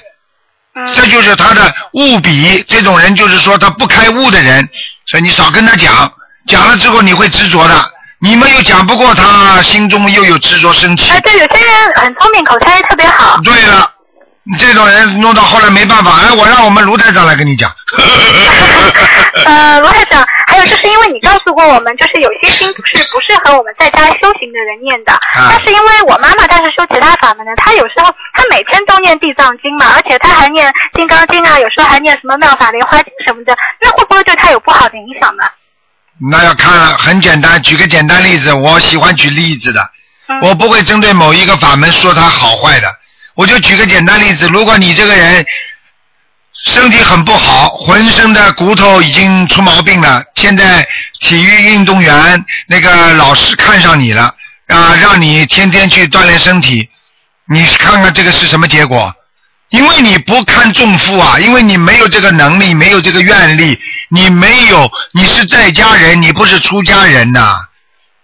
嗯
这就是他的误笔。这种人就是说他不开悟的人，所以你少跟他讲，讲了之后你会执着的。你们又讲不过他，心中又有执着生气。
哎，对，有些人很聪明，口才特别好。
对了，你这种人弄到后来 没办法，哎，我让我们卢台长来跟你讲。
呃，罗台长，还有就是因为为你告诉过我们，就是有些经是不适合我们在家修行的人念的。
啊
但是因为我妈妈她是修其他法门的，她有时候她每天都念地藏经嘛，而且她还念金刚经啊，有时候还念什么妙法莲花经什么的，那会不会对她有不好的影响呢？
那要看了，很简单，举个简单例子，我喜欢举例子的，
嗯
我不会针对某一个法门说它好坏的，我就举个简单例子，如果你这个人身体很不好，浑身的骨头已经出毛病了，现在体育运动员那个老师看上你了，啊，让你天天去锻炼身体，你看看这个是什么结果？因为你不堪重负啊，因为你没有这个能力，没有这个愿力，你没有，你是在家人，你不是出家人呐、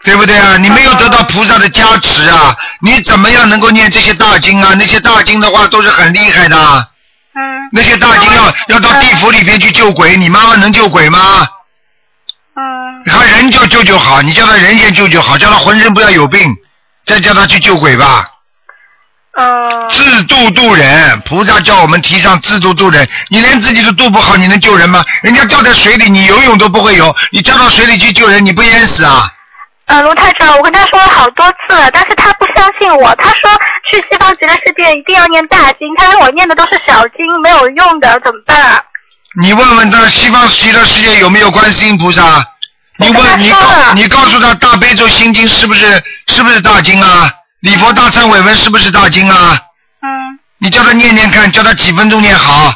对不对啊？你没有得到菩萨的加持啊，你怎么样能够念这些大经啊？那些大经的话都是很厉害的啊，
嗯
那些大经要要
呃
到地府里边去救鬼，你妈妈能救鬼吗？
嗯
他人就救就好，你叫他人先救就好，叫他浑身不要有病，再叫他去救鬼吧。
嗯
自度度人，菩萨叫我们提倡自度度人。你连自己都度不好，你能救人吗？人家掉在水里，你游泳都不会游，你掉到水里去救人，你不淹死啊？
呃，卢太长，我跟他说了好多次了，但是他不相信我。他说去西方极乐世界一定要念大经，他让我念的都是小经，没有用的，怎么办啊？
你问问他西方极乐世界有没有观世音菩萨？你
我
问
跟
你
他说
告
了
你告诉他大悲咒心经是不是是不是大经啊？礼佛大忏悔文是不是大经啊？
嗯
你叫他念念看，叫他几分钟念好。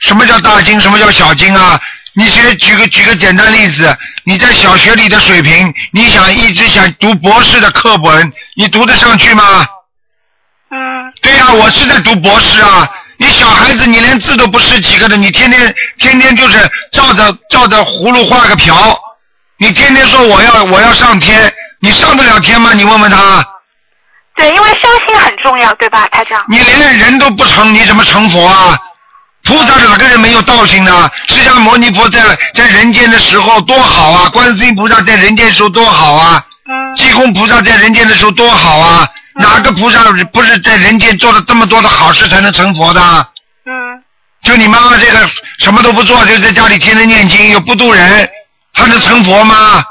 什么叫大经？什么叫小经啊？你学举个举个简单例子，你在小学里的水平，你想一直想读博士的课本，你读得上去吗？
嗯
对呀、我是在读博士啊。你小孩子，你连字都不识几个的，你天天天天就是照着照着葫芦画个瓢，你天天说我要我要上天，你上得了天吗？你问问他，
对，因为修心很重要，对吧，台长？
你连人都不成，你怎么成佛啊？菩萨哪个人没有道行呢？释迦牟尼佛在在人间的时候多好啊，观世音菩萨在人间的时候多好啊，
嗯
济公菩萨在人间的时候多好啊，哪个菩萨不是在人间做了这么多的好事才能成佛的？
嗯
就你妈妈这个什么都不做，就在家里天天念经，又不渡人，她能成佛吗？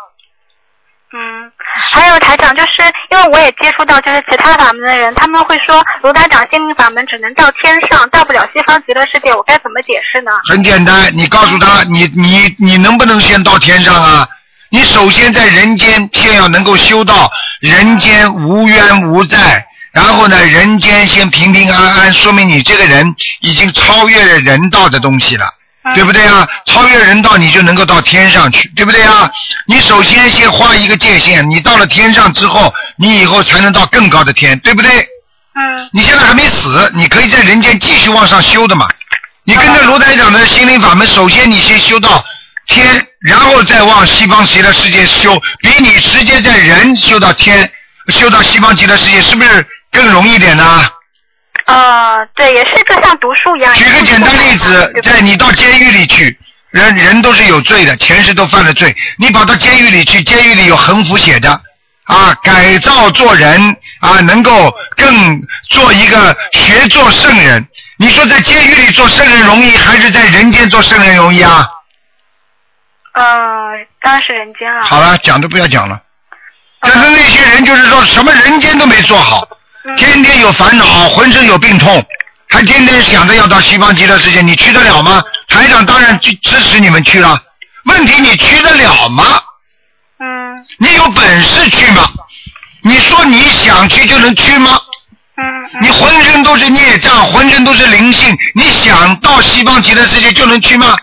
嗯。还有台长，就是因为我也接触到就是其他法门的人，他们会说卢台长心灵法门只能到天上，到不了西方极乐世界，我该怎么解释呢？
很简单，你告诉他，你你你能不能先到天上啊？你首先在人间先要能够修到人间无冤无债，然后呢，人间先平平安安，说明你这个人已经超越了人道的东西了。
嗯
对不对啊？超越人道，你就能够到天上去，对不对啊？你首先先画一个界限，你到了天上之后，你以后才能到更高的天，对不对？
嗯
你现在还没死，你可以在人间继续往上修的嘛。你跟着罗台长的心灵法门，首先你先修到天，然后再往西方极乐世界修，比你直接在人修到天、修到西方极乐世界，是不是更容易一点呢、
呃，对，也是个像读书一样。
举个简单例子
对，吧
在你到监狱里去，人人都是有罪的，前世都犯了罪，你跑到监狱里去，监狱里有横幅写的。啊，改造做人啊，能够更做一个学做圣人。你说在监狱里做圣人容易，还是在人间做圣人容易啊？
嗯，当然是人间了。
好了，讲都不要讲了。但是那些人就是说什么人间都没做好，
嗯
天天有烦恼，浑身有病痛，还天天想着要到西方极乐世界，你去得了吗？台长当然支支持你们去了，问题你去得了吗？
嗯
你有本事去吗？你说你想去就能去吗？
嗯
你
嗯
浑身都是孽障，浑身都是灵性，你想到西方极乐世界就能去吗？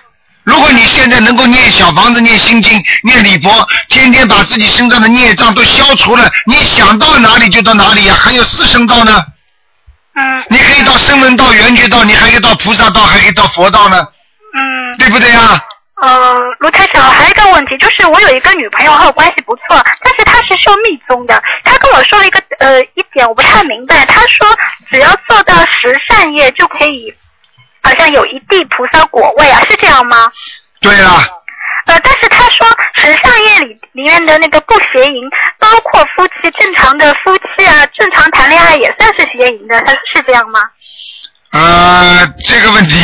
如果你现在能够念小房子、念心经、念礼佛，天天把自己身上的孽障都消除了，你想到哪里就到哪里呀、还有四圣道呢，
嗯
你可以到声闻道、缘觉道，你还可以到菩萨道，还可以到佛道呢，
嗯。
对不对啊？
呃，卢台长，还有一个问题，就是我有一个女朋友和我关系不错，但是她是修密宗的，她跟我说了一个呃一点我不太明白，她说只要做到十善业就可以，好像有一地菩萨果位啊，是这样吗？
对了，
呃，但是他说时尚业里里面的那个不邪淫，包括夫妻正常的夫妻啊，正常谈恋爱也算是邪淫的，他是这样吗？
呃，这个 问题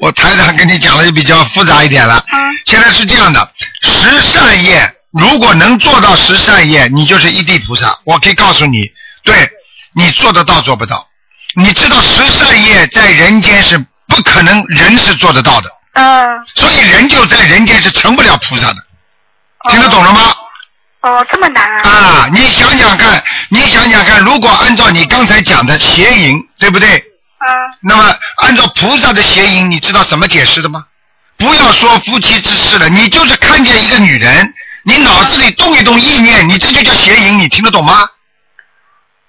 我台长跟你讲的就比较复杂一点了。
嗯
现在是这样的，十善业，如果能做到十善业，你就是一地菩萨。我可以告诉你，对你做得到做不到。你知道十善业在人间是不可能，人是做得到的，
嗯，
所以人就在人间是成不了菩萨的。听得懂了吗？
哦，这么难啊？
啊，你想想看，你想想看，如果按照你刚才讲的邪淫，对不对？
嗯，
那么按照菩萨的邪淫，你知道怎么解释的吗？不要说夫妻之事了，你就是看见一个女人，你脑子里动一动意念，你这就叫邪淫，你听得懂吗？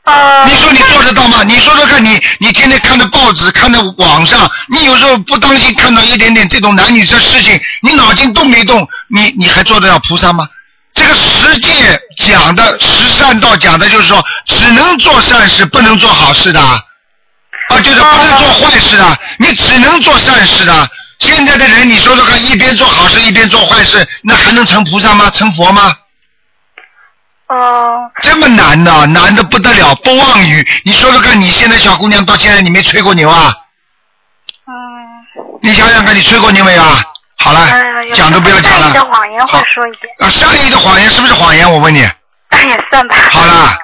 哦，
你说你做得到吗？你说说看你，你天天看着报纸，看着网上，你有时候不当心看到一点点这种男女这事情，你脑筋动没动？你你还做得了菩萨吗？这个十戒讲的十善道讲的就是说，只能做善事，不能做好事的啊，啊就是不能做坏事的，你只能做善事的。现在的人，你说说看，一边做好事一边做坏事，那还能成菩萨吗？成佛吗？
哦，
这么难呢、难的不得了，不妄语。你说说看，你现在小姑娘到现在你没吹过牛啊？
嗯，
你想想看，你吹过牛没有啊？好了，
嗯，有
讲都不要讲
善意的
了。
谎言会说一点，
啊，善意的谎言是不是谎言？我问你，
也算吧。
好了，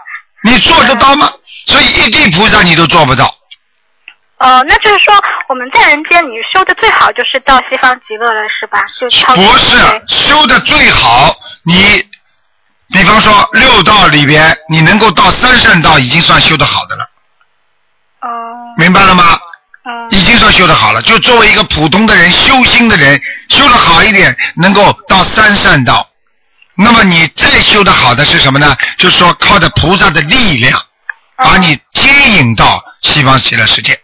你做得到吗？所以一地菩萨你都做不到。
哦，那就是说我们在人间，你修的最好就是到西方极乐了，是吧？就超
博士啊修的最好，你比方说六道里边，你能够到三善道，已经算修的好的了，
嗯
明白了吗？
嗯
已经算修得好了。就作为一个普通的人，修心的人，修得好一点，能够到三善道。那么你再修得好的是什么呢？就是说靠着菩萨的力量，
啊
把你接引到西方极乐世界，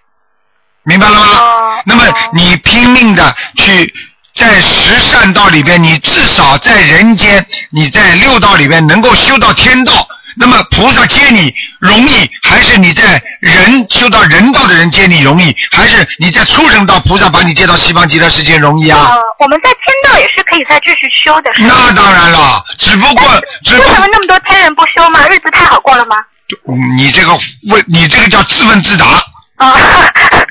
明白了吗
哦？
那么
哦
你拼命的去在十善道里边，你至少在人间，你在六道里边能够修到天道。那么菩萨接你容易，还是你在人修到人道的人接你容易，还是你在畜生道菩萨把你接到西方极乐世界容易啊？
哦，我们在天道也是可以再继续修的，是吧？
那当然了，只不过只
为
不
什
过
么那么多天人不修嘛？日子太好过了吗？
嗯你这个问你这个叫自问自答。
哦，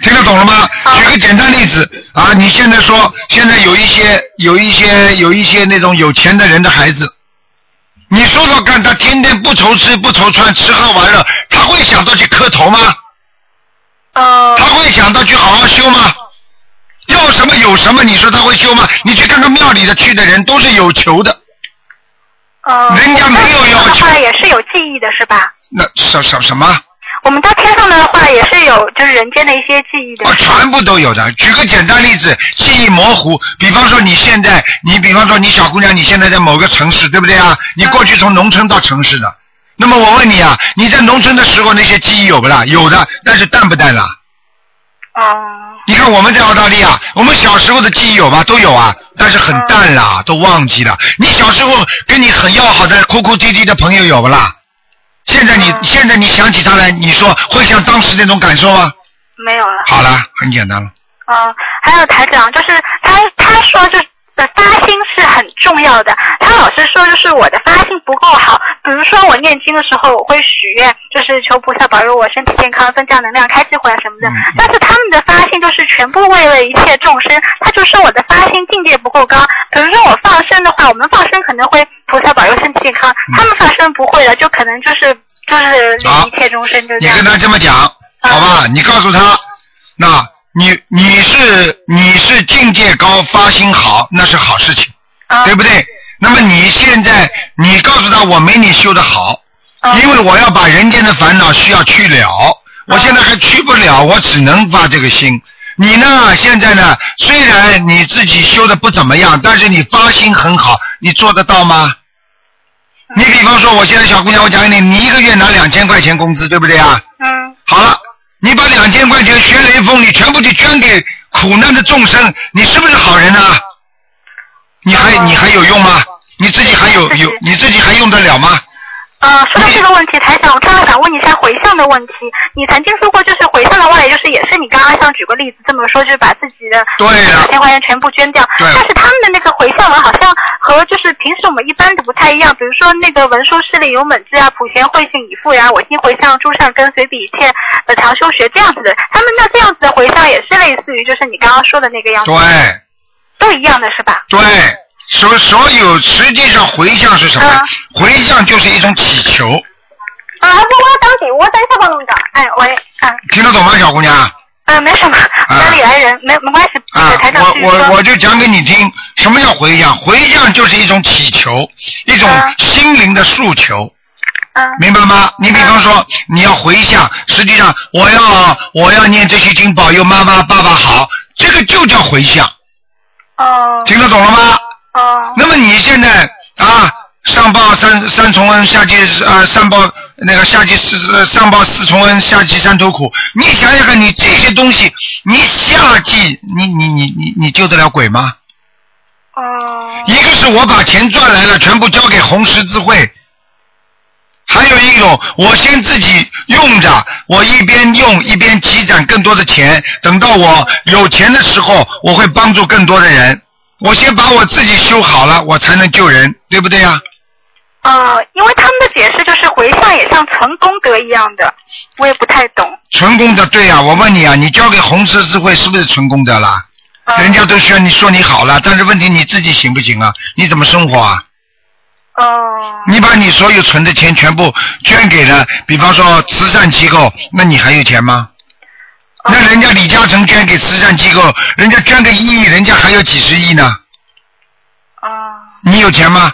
听得懂了吗？
啊
举个简单例子啊，你现在说，现在有一些有一些有一些那种有钱的人的孩子，你说说看，他天天不愁吃不愁穿，吃喝玩乐，他会想到去磕头吗？
哦
他，会想到去好好修吗？要什么有什么，你说他会修吗？你去看看庙里的去的人，都是有求的，
哦，
人家没有要求
我们到天上的话也是有记忆的，是吧？
那什什什么啊，
我们到天上的话也是有，就是人间的一些记忆的。
哦全部都有的。举个简单例子，记忆模糊，比方说你现在，你比方说你小姑娘，你现在在某个城市，对不对啊？你过去从农村到城市的，那么我问你啊，你在农村的时候那些记忆有不啦？有的，但是淡不淡啦？
哦，
你看我们在澳大利亚，我们小时候的记忆有吧？都有啊，但是很淡啦，都忘记了。你小时候跟你很要好的哭哭啼啼的朋友有不啦？现在你
嗯
现在你想起他来，你说会像当时那种感受吗？
没有了。
好了，很简单了。
嗯，还有台长，就是他他说就是。呃，发心是很重要的。他老是说，就是我的发心不够好。比如说，我念经的时候，我会许愿，就是求菩萨保佑我身体健康、增加能量、开智慧啊什么的
嗯嗯。
但是他们的发心就是全部为了一切众生。他就说我的发心境界不够高。比如说我放生的话，我们放生可能会菩萨保佑身体健康，
嗯
他们放生不会的，就可能就是就是利益一切众生，就这
你
样
跟。他这么讲，好吧？你告诉他，那你你是你是境界高，发心好，那是好事情，
啊
对不对？那么你现在你告诉他，我没你修的好，
嗯
因为我要把人间的烦恼需要去了，我现在还去不了，我只能发这个心。你呢？现在呢？虽然你自己修的不怎么样，但是你发心很好，你做得到吗？你比方说，我现在小姑娘，我讲给你，你一个月拿两千块钱工资，对不对啊？
嗯
好了，你把两千块钱学雷锋，你全部去捐给苦难的众生，你是不是好人啊？你
啊
还你还有用吗？你自己还 有有你自己还用得了吗？
呃，说到这个问题，台长，我正好想问一下回向的问题。你曾经说过，就是回向的话，也就是也是你刚刚像举个例子这么说，就是把自己的
对了
两千块钱全部捐掉。
对
但是他们的那个回向文好像和就是平时我们一般的不太一样，比如说那个文殊师利有本志啊，普贤慧信以复呀，我心回向诸上根，随彼一切呃常修学这样子的。他们那这样子的回向也是类似于就是你刚刚说的那个样子，
对
都一样的是吧？
对，所所有实际上回向是什么？
啊
回向就是一种祈求，
啊，不光当地，我等一下帮弄的。哎，喂，啊，
听得懂吗，小姑娘？
啊，没什么，家里来人，没没关系，
啊
台，上
我
继续
我
说
我就讲给你听，什么叫回向？回向就是一种祈求，一种
啊
心灵的诉求。
啊
明白吗？你比方说，你要回向，实际上我要我要念这些经，保佑妈妈爸爸好，这个就叫回向，
哦
听得懂了吗？
哦
那么你现在啊，上报三三重恩，下济啊、上报那个下济四上报四重恩，下济三途苦。你想想看，你这些东西，你下济，你你你你你救得了鬼吗？
哦
一个是我把钱赚来了，全部交给红十字会；还有一种，我先自己用着，我一边用一边积攒更多的钱，等到我有钱的时候，我会帮助更多的人。我先把我自己修好了，我才能救人，对不对呀、
哦，因为他们的解释就是回向也像存功德一样的，我也不太懂。
纯功德对呀、我问你啊，你交给红十字会是不是纯功德啦？
啊
人家都说你说你好了，但是问题你自己行不行啊？你怎么生活啊？
哦
你把你所有存的钱全部捐给了，比方说慈善机构，那你还有钱吗？
哦
那人家李嘉诚捐给慈善机构，人家捐个一亿，人家还有几十亿呢，
哦。
你有钱吗？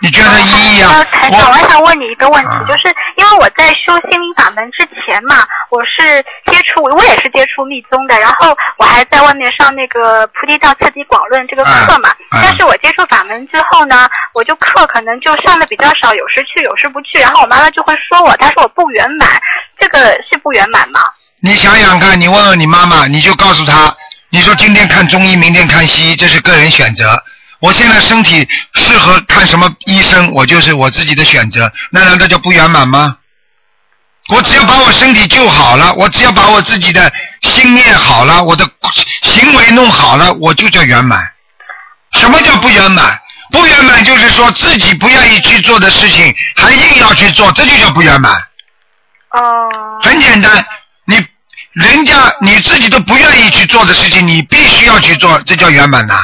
你捐了一亿
呃
啊！
台长，我
我
想问你一个问题，
啊
就是因为我在修心灵法门之前嘛，我是接触，我也是接触密宗的，然后我还在外面上那个《菩提道次第广论》这个课嘛。
啊啊
但是我接触法门之后呢，我就课可能就上的比较少，有时去有时不去，然后我妈妈就会说我，她说我不圆满，这个是不圆满吗？
你想想看，你问问你妈妈，你就告诉她，你说今天看中医，明天看西医，这是个人选择。我现在身体适合看什么医生，我就是我自己的选择，那难道叫不圆满吗？我只要把我身体救好了，我只要把我自己的心念好了，我的行为弄好了，我就叫圆满。什么叫不圆满？不圆满就是说自己不愿意去做的事情，还硬要去做，这就叫不圆满。
哦、
很简单，你人家你自己都不愿意去做的事情，你必须要去做，这叫圆满呐、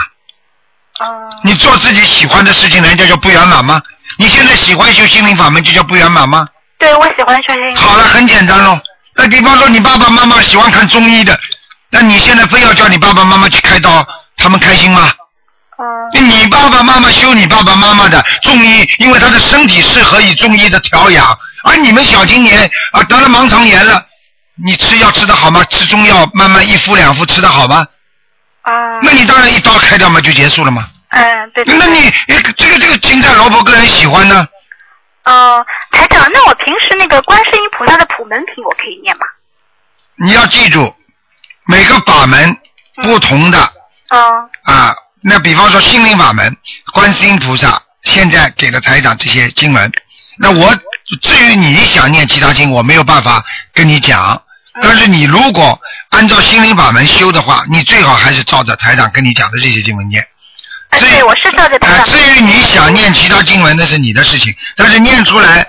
哦、
你做自己喜欢的事情，人家叫不圆满吗？你现在喜欢修心灵法门，就叫不圆满吗？
对，我喜欢修心灵。
好了，很简单喽。那比方说你爸爸妈妈喜欢看中医的，那你现在非要叫你爸爸妈妈去开刀，他们开心吗？
嗯、
你爸爸妈妈修你爸爸妈妈的中医，因为他的身体适合以中医的调养，而你们小青年啊得了盲肠炎了，你吃药吃的好吗？吃中药慢慢一服两服吃的好吗？
啊，
那你当然一刀开掉嘛，就结束了嘛。
嗯，对对。
那你你这个这个芹菜萝卜个人喜欢呢？
哦，台长，那我平时那个观世音菩萨的普门品我可以念吗？
你要记住，每个法门不同的。
嗯，
啊，那比方说心灵法门，观世音菩萨现在给了台长这些经文，那我至于你想念其他经，我没有办法跟你讲。
嗯
但是你如果按照心灵法门修的话，你最好还是照着台长跟你讲的这些经文念。
哎，
至于
对，我是照着台
啊，
长
至于你想念其他经文，那是你的事情。但是念出来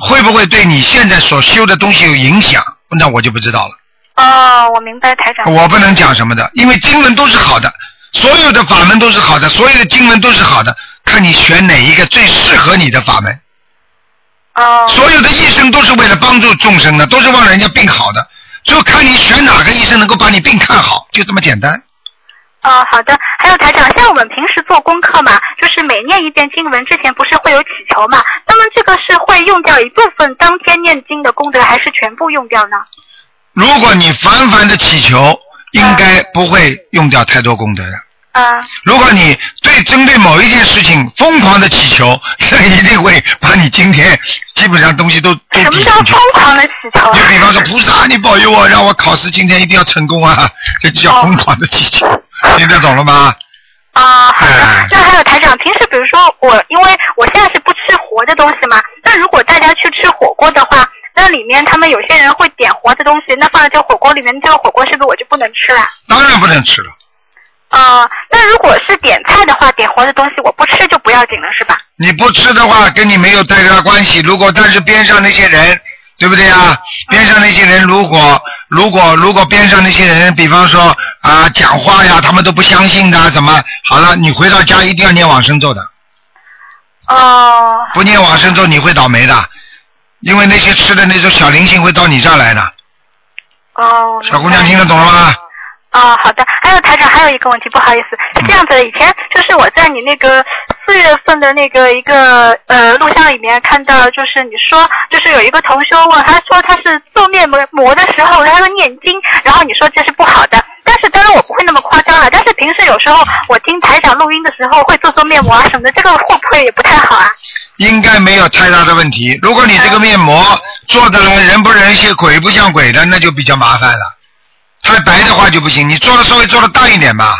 会不会对你现在所修的东西有影响，那我就不知道了。
哦，我明白台长。
我不能讲什么的，因为经文都是好的，所有的法门都是好的，所有的经文都是好的，看你选哪一个最适合你的法门。
哦
所有的医生都是为了帮助众生的，都是让人家病好的，就看你选哪个医生能够把你病看好，就这么简单。
哦，好的。还有台长，像我们平时做功课嘛，就是每念一遍经文之前不是会有祈求嘛？那么这个是会用掉一部分当天念经的功德，还是全部用掉呢？
如果你凡凡的祈求，应该不会用掉太多功德的。
啊、
如果你对针对某一件事情疯狂的祈求， 那一定会把你今天基本上东西都都
什么
抵
叫
进去。
疯狂的祈求 啊
就？比方说，菩萨，你保佑我，让我考试今天一定要成功啊！ 这就叫疯狂的祈求，听得懂了吗？
啊、
哎
好的。那还有台长，平时比如说我，因为我现在是不吃活的东西嘛，那如果大家去吃火锅的话，那里面他们有些人会点活的东西，那放在这个火锅里面，这个火锅是不是我就不能吃了？
当然不能吃了，
啊、那如果是点菜的话，点活的东西我不吃就不要紧了，是吧？
你不吃的话，跟你没有太大关系。如果但是边上那些人对不对啊？边上那些人如果如果如果边上那些人，比方说啊讲话呀，他们都不相信的，怎么好了？你回到家一定要念往生咒的，
哦，
不念往生咒你会倒霉的，因为那些吃的那种小灵性会到你这儿来的。
哦，
小姑娘听得懂了吗？
哦，好的。还有台长，还有一个问题，不好意思，
嗯
是这样子的，以前就是我在你那个四月份的那个一个呃录像里面看到，就是你说就是有一个同修问，他说他是做面膜膜的时候，他说念经，然后你说这是不好的。但是当然我不会那么夸张了，但是平时有时候我听台长录音的时候会做做面膜啊什么的，这个会不会也不太好啊？
应该没有太大的问题。如果你这个面膜
嗯
做的来人不人像鬼不像鬼的，那就比较麻烦了。太白的话就不行，你做的稍微做的淡一点吧。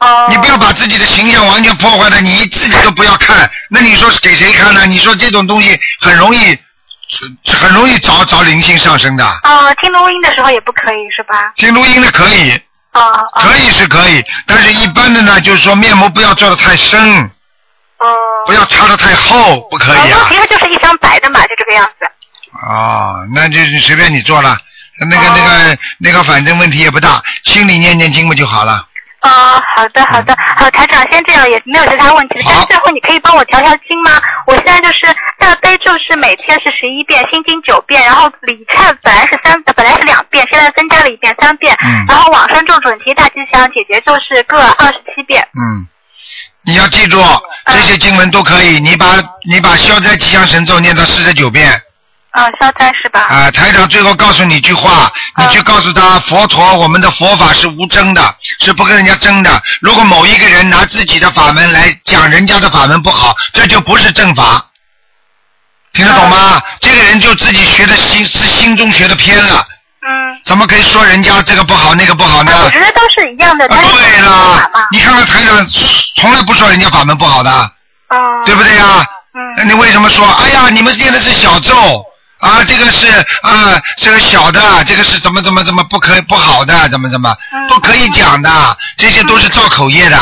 哦，
你不要把自己的形象完全破坏了，你自己都不要看，那你说是给谁看呢？你说这种东西很容易，很容易找找灵性上升的。
哦，听录音的时候也不可以是吧？
听录音的可以，
哦哦哦
可以是可以，但是一般的呢，就是说面膜不要做的太深，
哦。
不要擦的太厚，不可以
哦
啊
其。实就是一张白的嘛，就这个样子。
哦，那就是随便你做了，那个那个那个，反正问题也不大，心里念念经不就好了？
哦，好的好的，好台长先这样，也没有其他问题
嗯
了。
好
但是最后你可以帮我调调经吗？我现在就是大悲咒是每天是十一遍，心经九遍，然后礼忏本来是三，呃本来是两遍，现在增加了一遍三遍，
嗯
然后往生咒准提大吉祥姐姐就是各二十七遍。
嗯，你要记住这些经文都可以，你把你把消灾吉祥神咒念到四十九遍
嗯，消灾是吧？
啊、台长最后告诉你一句话，你去告诉他，佛陀我们的佛法是无争的，是不跟人家争的。如果某一个人拿自己的法门来讲人家的法门不好，这就不是正法。听得懂吗？这个人就自己学的心是心中学的偏了，
嗯，
怎么可以说人家这个不好那个不好呢？
啊我觉得都是一样的，
啊，
但是
对
法
了
嘛，。
你看看台长从来不说人家法门不好的。
嗯，
对不对呀、那
嗯，
你为什么说？哎呀，你们念的是小咒啊，这个是啊，这个小的，这个是怎么怎么怎么不可以不好的，怎么怎么
嗯
不可以讲的，这些都是造口业的。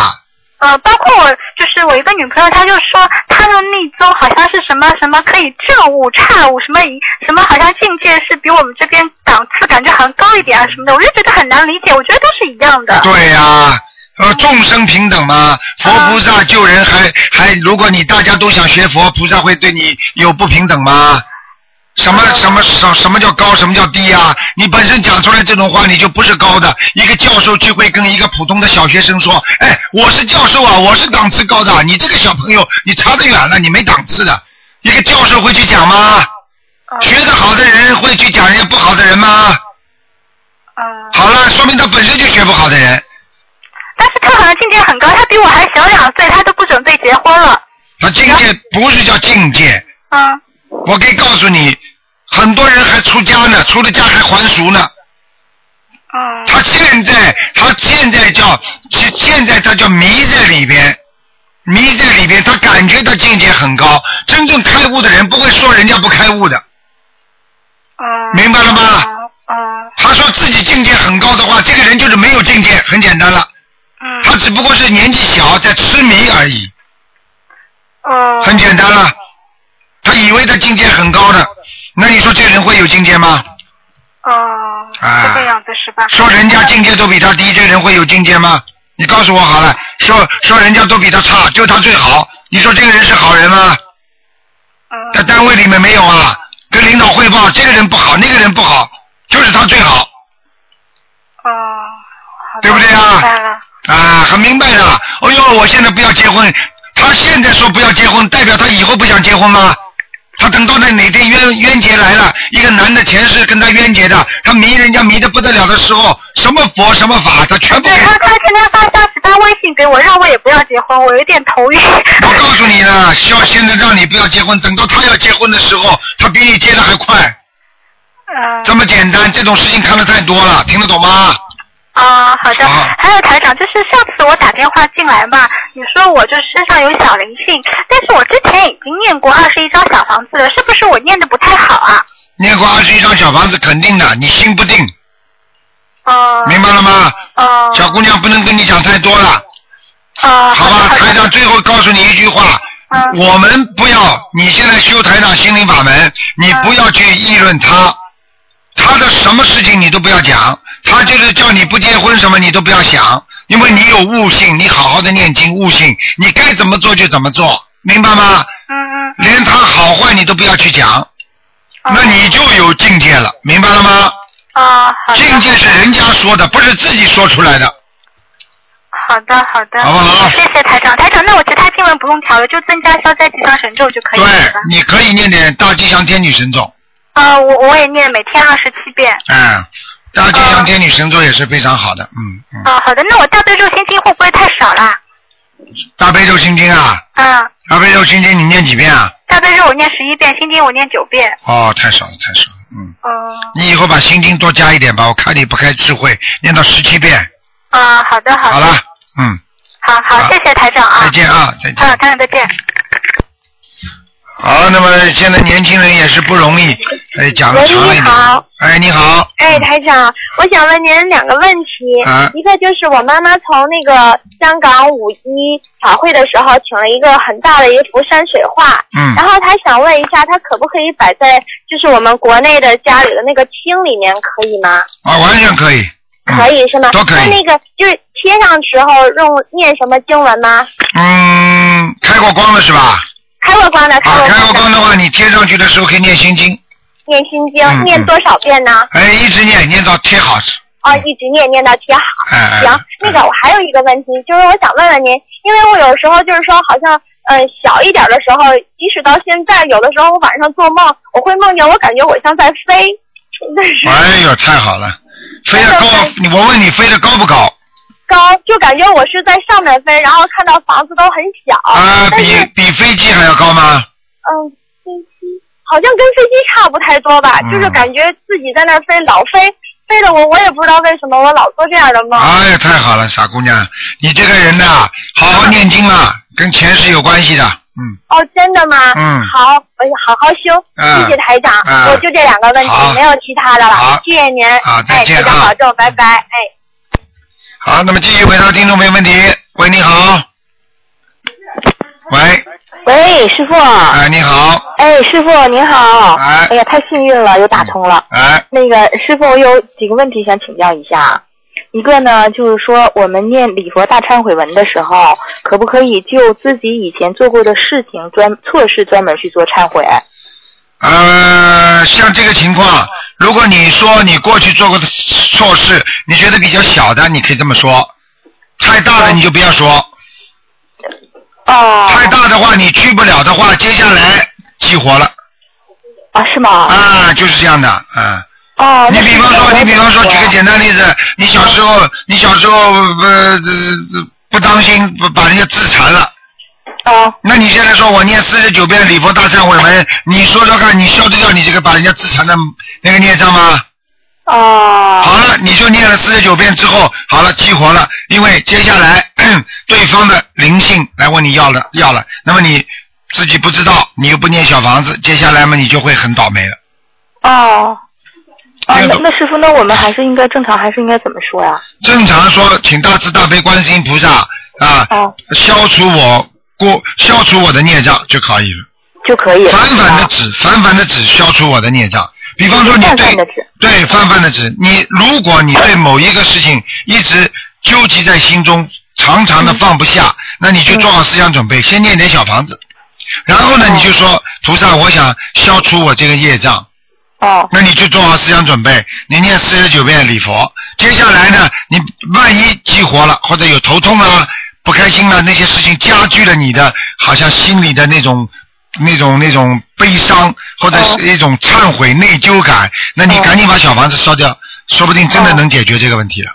呃，包括我，就是我一个女朋友，她就说她的密宗好像是什么什么可以正悟、差悟，什么一什么好像境界是比我们这边档次感觉好像高一点啊什么的，我就觉得很难理解，我觉得都是一样的。
对呀、呃，众生平等嘛，佛菩萨救人还还，如果你大家都想学佛，菩萨会对你有不平等吗？什么什么什什么叫高，什么叫低啊？你本身讲出来这种话，你就不是高的。一个教授去会跟一个普通的小学生说：“哎，我是教授啊，我是档次高的，你这个小朋友你差得远了，你没档次的。”一个教授会去讲吗？
嗯
学得好的人会去讲人家不好的人吗？
嗯，
好了，说明他本身就学不好的人。
但是她好像境界很高，她比我还小两岁，她都不准备结婚了。
他境界不是叫境界，
嗯，
我可以告诉你，很多人还出家呢，出了家还还俗呢。
嗯，
他现在，他现在叫，现现在他叫迷在里边，迷在里边，他感觉他境界很高。真正开悟的人不会说人家不开悟的，
嗯，
明白了吗？
嗯嗯
他说自己境界很高的话，这个人就是没有境界，很简单了。
嗯，
他只不过是年纪小，在痴迷而已，
嗯
很简单了。他以为他境界很高的，那你说这人会有境界吗？
嗯，
啊
这个样子是吧？
说人家境界都比他低，这人会有境界吗？你告诉我好了，说说人家都比他差，就他最好，你说这个人是好人吗？
嗯
在单位里面没有啊，跟领导汇报这个人不好，那个人不好，就是他最好
嗯，好的
对不对啊
明白了。
啊，很明白的。哎呦，我现在不要结婚，他现在说不要结婚，代表他以后不想结婚吗？他等到那哪天冤冤结来了，一个男的前世跟他冤结的，他迷人家迷得不得了的时候，什么佛什么法，他全部
对
给
他，他天天发消息、发微信给我，让我也不要结婚，我有点头 晕。
我告诉你啊了，需要现在让你不要结婚，等到他要结婚的时候，他比你结的还快，
嗯
这么简单，这种事情看得太多了，听得懂吗？
啊，好的。
好
还有台长，就是上次我打电话进来嘛，你说我就身上有小灵性，但是我之前已经念过二十一张小房子了，是不是我念的不太好啊？
念过二十一张小房子，肯定的，你心不定，
哦、
明白了吗？
哦、
小姑娘不能跟你讲太多了，
哦、
好吧？
好的
台长最后告诉你一句话，
嗯
我们不要，你现在修台长心灵法门，你不要去议论他，他的什么事情你都不要讲，他就是叫你不结婚什么你都不要想，因为你有悟性，你好好的念经悟性，你该怎么做就怎么做，明白吗？
嗯嗯，
连他好坏你都不要去讲，
哦
那你就有境界了，明白了吗？
哦，好
境
的，
界是人家说的，不是自己说出来的。
好的，好的，
好不好
谢谢台长，台长，那我其他经文不用调了，就增加消灾吉祥神咒就可以
对
了，是吧，
你可以念点大吉祥天女神咒，
呃，我我也念每天二十七遍。
嗯，大吉祥天女神咒也是非常好的，嗯嗯。
啊，好的，那我大悲咒心经会不会太少啦？
大悲咒心经啊，
嗯，
大悲咒心经你念几遍啊？
大悲咒我念十一遍，心经我念九遍。
哦，太少了，太少了，嗯。
嗯，
你以后把心经多加一点吧，我看你不开智慧，念到十七遍，
啊，好的，好
好
的，
了，嗯，
好好，
好
谢谢台长啊。
再见啊，再
啊，
见。
台长再见。
好，那么现在年轻人也是不容易，哎，讲的
喂
长一
你
点
好。
哎，你好。
哎，台长，我想问您两个问题，
啊
一个就是我妈妈从那个香港五一法会的时候请了一个很大的一幅山水画，
嗯
然后她想问一下，她可不可以摆在就是我们国内的家里的那个厅里面，可以吗？
啊，完全可以。嗯
可以是吗？
都可以
那那个就是贴上时候用念什么经文吗？
嗯，开过光了是吧？
开过光的，
啊，
过
开过光
光
的话，你贴上去的时候可以念心经，
念心经、
嗯
念
嗯
多少遍呢？
哎，一直念念到贴好。
哦，一直念念到贴好。
哎哎。
行，那个我还有一个问题，就是我想问问您，因为我有时候就是说，好像嗯、呃小一点的时候，即使到现在，有的时候我晚上做梦，我会梦见我感觉我像在飞，但是
哎呦，太好了，飞得高
哎，
你我问你飞得高不高？
高，就感觉我是在上面飞，然后看到房子都很小，
啊，
但是
比比飞机还要高吗？
嗯，飞机好像跟飞机差不太多吧，
嗯
就是感觉自己在那儿飞，老飞。飞的我我也不知道为什么我老做这样的
哦
梦，
哎呀，太好了，傻姑娘，你这个人呐，好
嗯
好念经啊，跟前世有关系的，嗯，
哦，真的吗？
嗯
好，我好好修，
嗯
谢谢台长，
嗯
我就这两个问题
好，
没有其他的
好
了，谢谢您，
好再见啊嗯
哎，台长保重，拜拜，哎。
好，那么继续回答听众朋友问题。喂，你好。喂，
喂，师傅，
哎，你好，
哎，师傅您好，
哎
哎呀，太幸运了，又打通了。
哎，
那个师傅，我有几个问题想请教一下。一个呢，就是说我们念礼佛大忏悔文的时候，可不可以就自己以前做过的事情专错事专门去做忏悔？
呃，像这个情况，如果你说你过去做过的错事，你觉得比较小的，你可以这么说；太大的你就不要说。
哦，
太大的话，你去不了的话，接下来激活了
啊，是吗？
啊，就是这样的啊。
哦，
你
那
比
是
方
我
说，
也
你比方说，
做
举个简单例子，你小时候，你小时候呃呃不当心把把人家自残了，
哦，
那你现在说我念四十九遍礼佛大忏悔文，你说说看，你消得掉你这个把人家自残的那个孽障吗？
哦，
好了，你就念了四十九遍之后，好了，激活了，因为接下来 对方的灵性来问你要了要了，那么你自己不知道，你又不念小房子，接下来嘛你就会很倒霉了。
哦，哦，
这
那
个都
那师傅，那我们还是应该正常，还是应该怎么说呀、
正常说，请大慈大悲观世音菩萨啊，
哦，
消除我过消除我的孽障就可以了，
就可以了。
反反的
是吧
指反反的指消除我的孽障。比方说你
泛
对
泛的指
对，泛泛的指。你如果你对某一个事情一直纠结在心中，常常的
嗯
放不下，那你就做好思想准备，先念点小房子，然后
哦
呢，你就说菩萨，我想消除我这个业障，
哦，
那你就做好思想准备，你念四十九遍礼佛。接下来呢，你万一激活了，或者有头痛啊、不开心啊那些事情，加剧了你的好像心里的那种、那种、那种悲伤，或者是一种忏悔、内疚感，那你赶紧把小房子烧掉，说不定真的能解决这个问题了。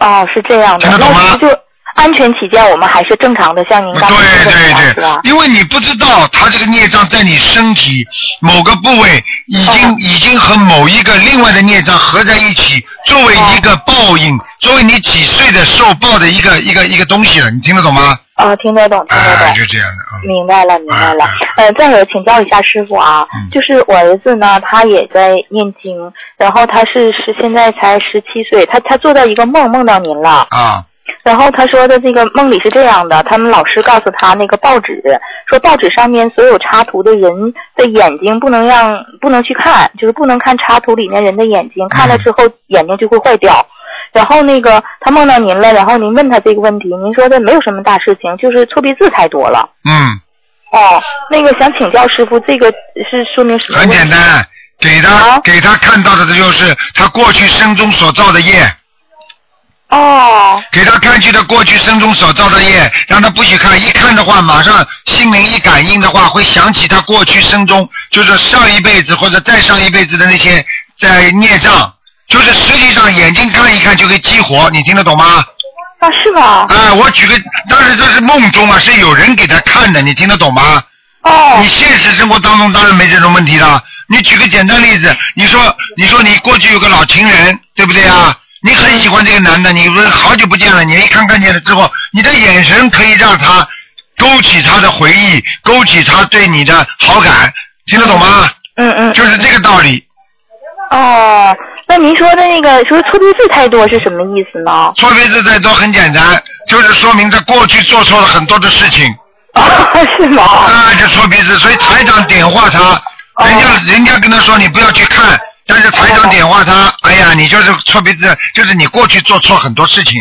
哦，是这样的。
听得懂吗
那是不是就安全起见，我们还是正常的，像您刚才
嗯对
说的那
对
样，是
对
吧，？
因为你不知道他这个孽障在你身体某个部位已经、
哦
已经和某一个另外的孽障合在一起，作为一个报应，
哦
作为你几岁的受报的一个一个一个东西了，你听得懂吗？
哦，听得懂，听得懂。
哎，就这样的啊。嗯
明白了，明白了
哎。
呃，再有请教一下师傅啊
嗯，
就是我儿子呢，他也在念经，然后他是是现在才十七岁，他他做到一个梦，梦到您了。
啊，
然后他说的这个梦里是这样的，他们老师告诉他那个报纸，说报纸上面所有插图的人的眼睛不能让不能去看，就是不能看插图里面人的眼睛，看了之后眼睛就会坏掉。然后那个他梦到您了，然后您问他这个问题，您说的没有什么大事情，就是错别字太多了。
嗯，
哦，那个想请教师傅，这个是说明什么？
很简。单，给他给他看到的这就是他过去生中所造的业，
哦，
给他看去他过去生中所造的业，让他不许看，一看的话，马上心灵一感应的话，会想起他过去生中就是上一辈子或者再上一辈子的那些在孽障，就是实际上眼睛看一看就给激活，你听得懂吗？
啊，是吗？
哎，我举个，但是这是梦中啊，是有人给他看的，你听得懂吗？
哦
你，现实生活当中当然没这种问题了。你举个简单例子，你说你说你过去有个老情人，对不对
嗯
啊？你很喜欢这个男的，你不是好久不见了，你一看看见了之后，你的眼神可以让他勾起他的回忆，勾起他对你的好感，听得懂吗？
嗯嗯，
就是这个道理。
哦，那您说的那个说错别字太多是什么意思呢？
错别字再多很简单，就是说明他过去做错了很多的事情。
啊，是吗？
啊，就错别字，所以台长点化他，人家人家跟他说你不要去看，但是台长点化他，哎呀，你就是错别字，就是你过去做错很多事情，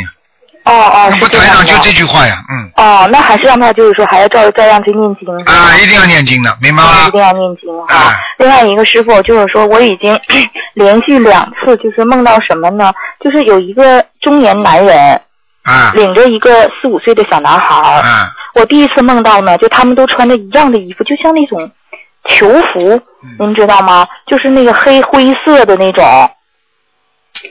哦哦，
不
是这
台
样
长就
的
这。句话呀，嗯，
哦，那还是让他就是说还要照照样去念经。是吧
啊，一定要念经的，明白
一
吗？
定要念经哈。
啊
另外一个师傅就是说，我已经 连续两次就是梦到什么呢？就是有一个中年男人
啊
领着一个四五岁的小男孩儿。
啊，
我第一次梦到呢，就他们都穿着一样的衣服，就像那种囚服，
嗯
您知道吗？就是那个黑灰色的那种，啊，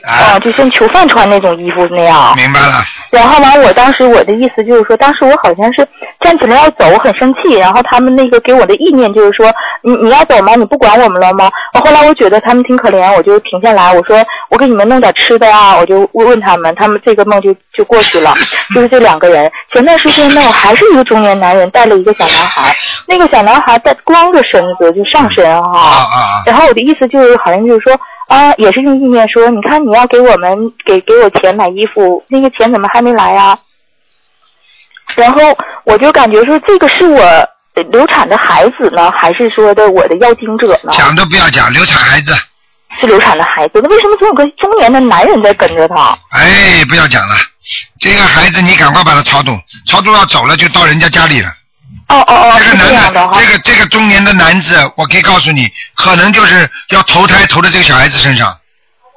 啊，
就像囚犯穿那种衣服那样。
明白了，
然后完，我当时我的意思就是说，当时我好像是站起来要走，很生气。然后他们那个给我的意念就是说，你你要走吗？你不管我们了吗？我后来我觉得他们挺可怜，我就停下来，我说我给你们弄点吃的啊，我就问问他们，他们这个梦就就过去了。就是这两个人，前段时间呢，我还是一个中年男人带了一个小男孩，那个小男孩带光着身子就上身哈、
啊啊啊，
然后我的意思就是，好像就是说，啊，也是用意念说，你看你要给我们给给我钱买衣服，那个钱怎么还没来啊？然后我就感觉说，这个是我呃流产的孩子呢，还是说的我的要经者呢？
讲都不要讲，流产孩子，
是流产的孩子，那为什么总有个中年的男人在跟着他？
哎，不要讲了，这个孩子你赶快把他超度，超度要走了就到人家家里了。
哦哦哦，
这个
是这样
男
的
的，
哈
这。个这个中年的男子，我可以告诉你，可能就是要投胎投到这个小孩子身上。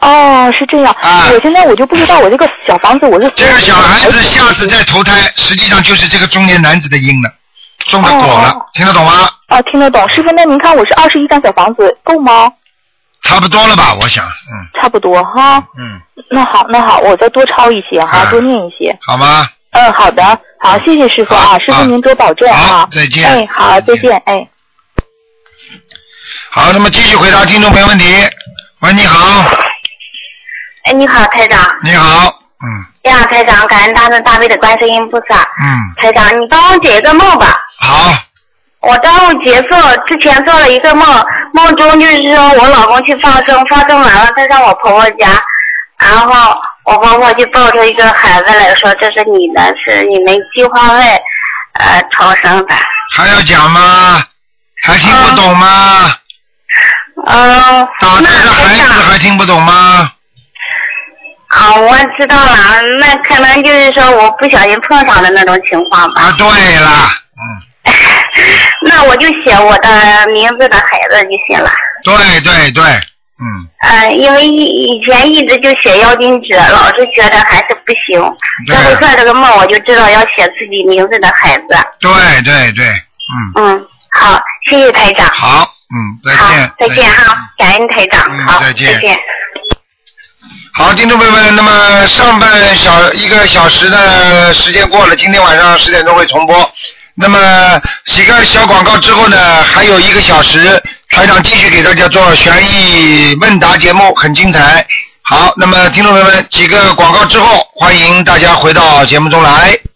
哦，是这样。
啊
我现在我就不知道我这个小房子我是
这个小孩子下次再投胎，实际上就是这个中年男子的因了，种的果了
哦哦，
听得懂吗？
哦，听得懂，师傅，那您看我是二十一张小房子够吗？
差不多了吧，我想，嗯
差不多哈。
嗯，
那好，那好，我再多抄一些哈，
啊
多念一些。
好吗？
嗯，好的，好，谢谢师傅
好
啊，师
啊
傅您多保重
好
啊。
再见
哎，好，再
再见
见，哎。
好，那么继续回答听众朋友问题。喂，你好，
哎，你好，台长。
你好，嗯
你好，台长，感恩大慈大悲的观世音菩萨。
嗯，
台长，你帮我解一个梦吧。
好，
我中午结做之前做了一个梦，梦中就是说我老公去放生，放生完了再上我婆婆家，然后我婆婆就抱出一个孩子来说：“这是你的，是你们计划外呃超生的。
还要讲吗？还听不懂吗？”
嗯，
打
那
胎的孩
台
子
长
还听不懂吗？
啊，我知道了，那可能就是说我不小心碰上的那种情况吧。
啊，对了，嗯。
那我就写我的名字的孩子就行了。
对对对，嗯，
嗯，因为以以前一直就写妖精纸，老是觉得还是不行。这
对
回做这个梦，我就知道要写自己名字的孩子。
对对对，嗯，
嗯，好，谢谢台长。
好，嗯，再
好
见，，
再见哈，感恩台长。
嗯
好，
再见
再见
好，听众朋友们，那么上半小一个小时的时间过了，今天晚上十点钟会重播。那么几个小广告之后呢，还有一个小时，台长继续给大家做悬疑问答节目，很精彩。好，那么听众朋友们，几个广告之后，欢迎大家回到节目中来。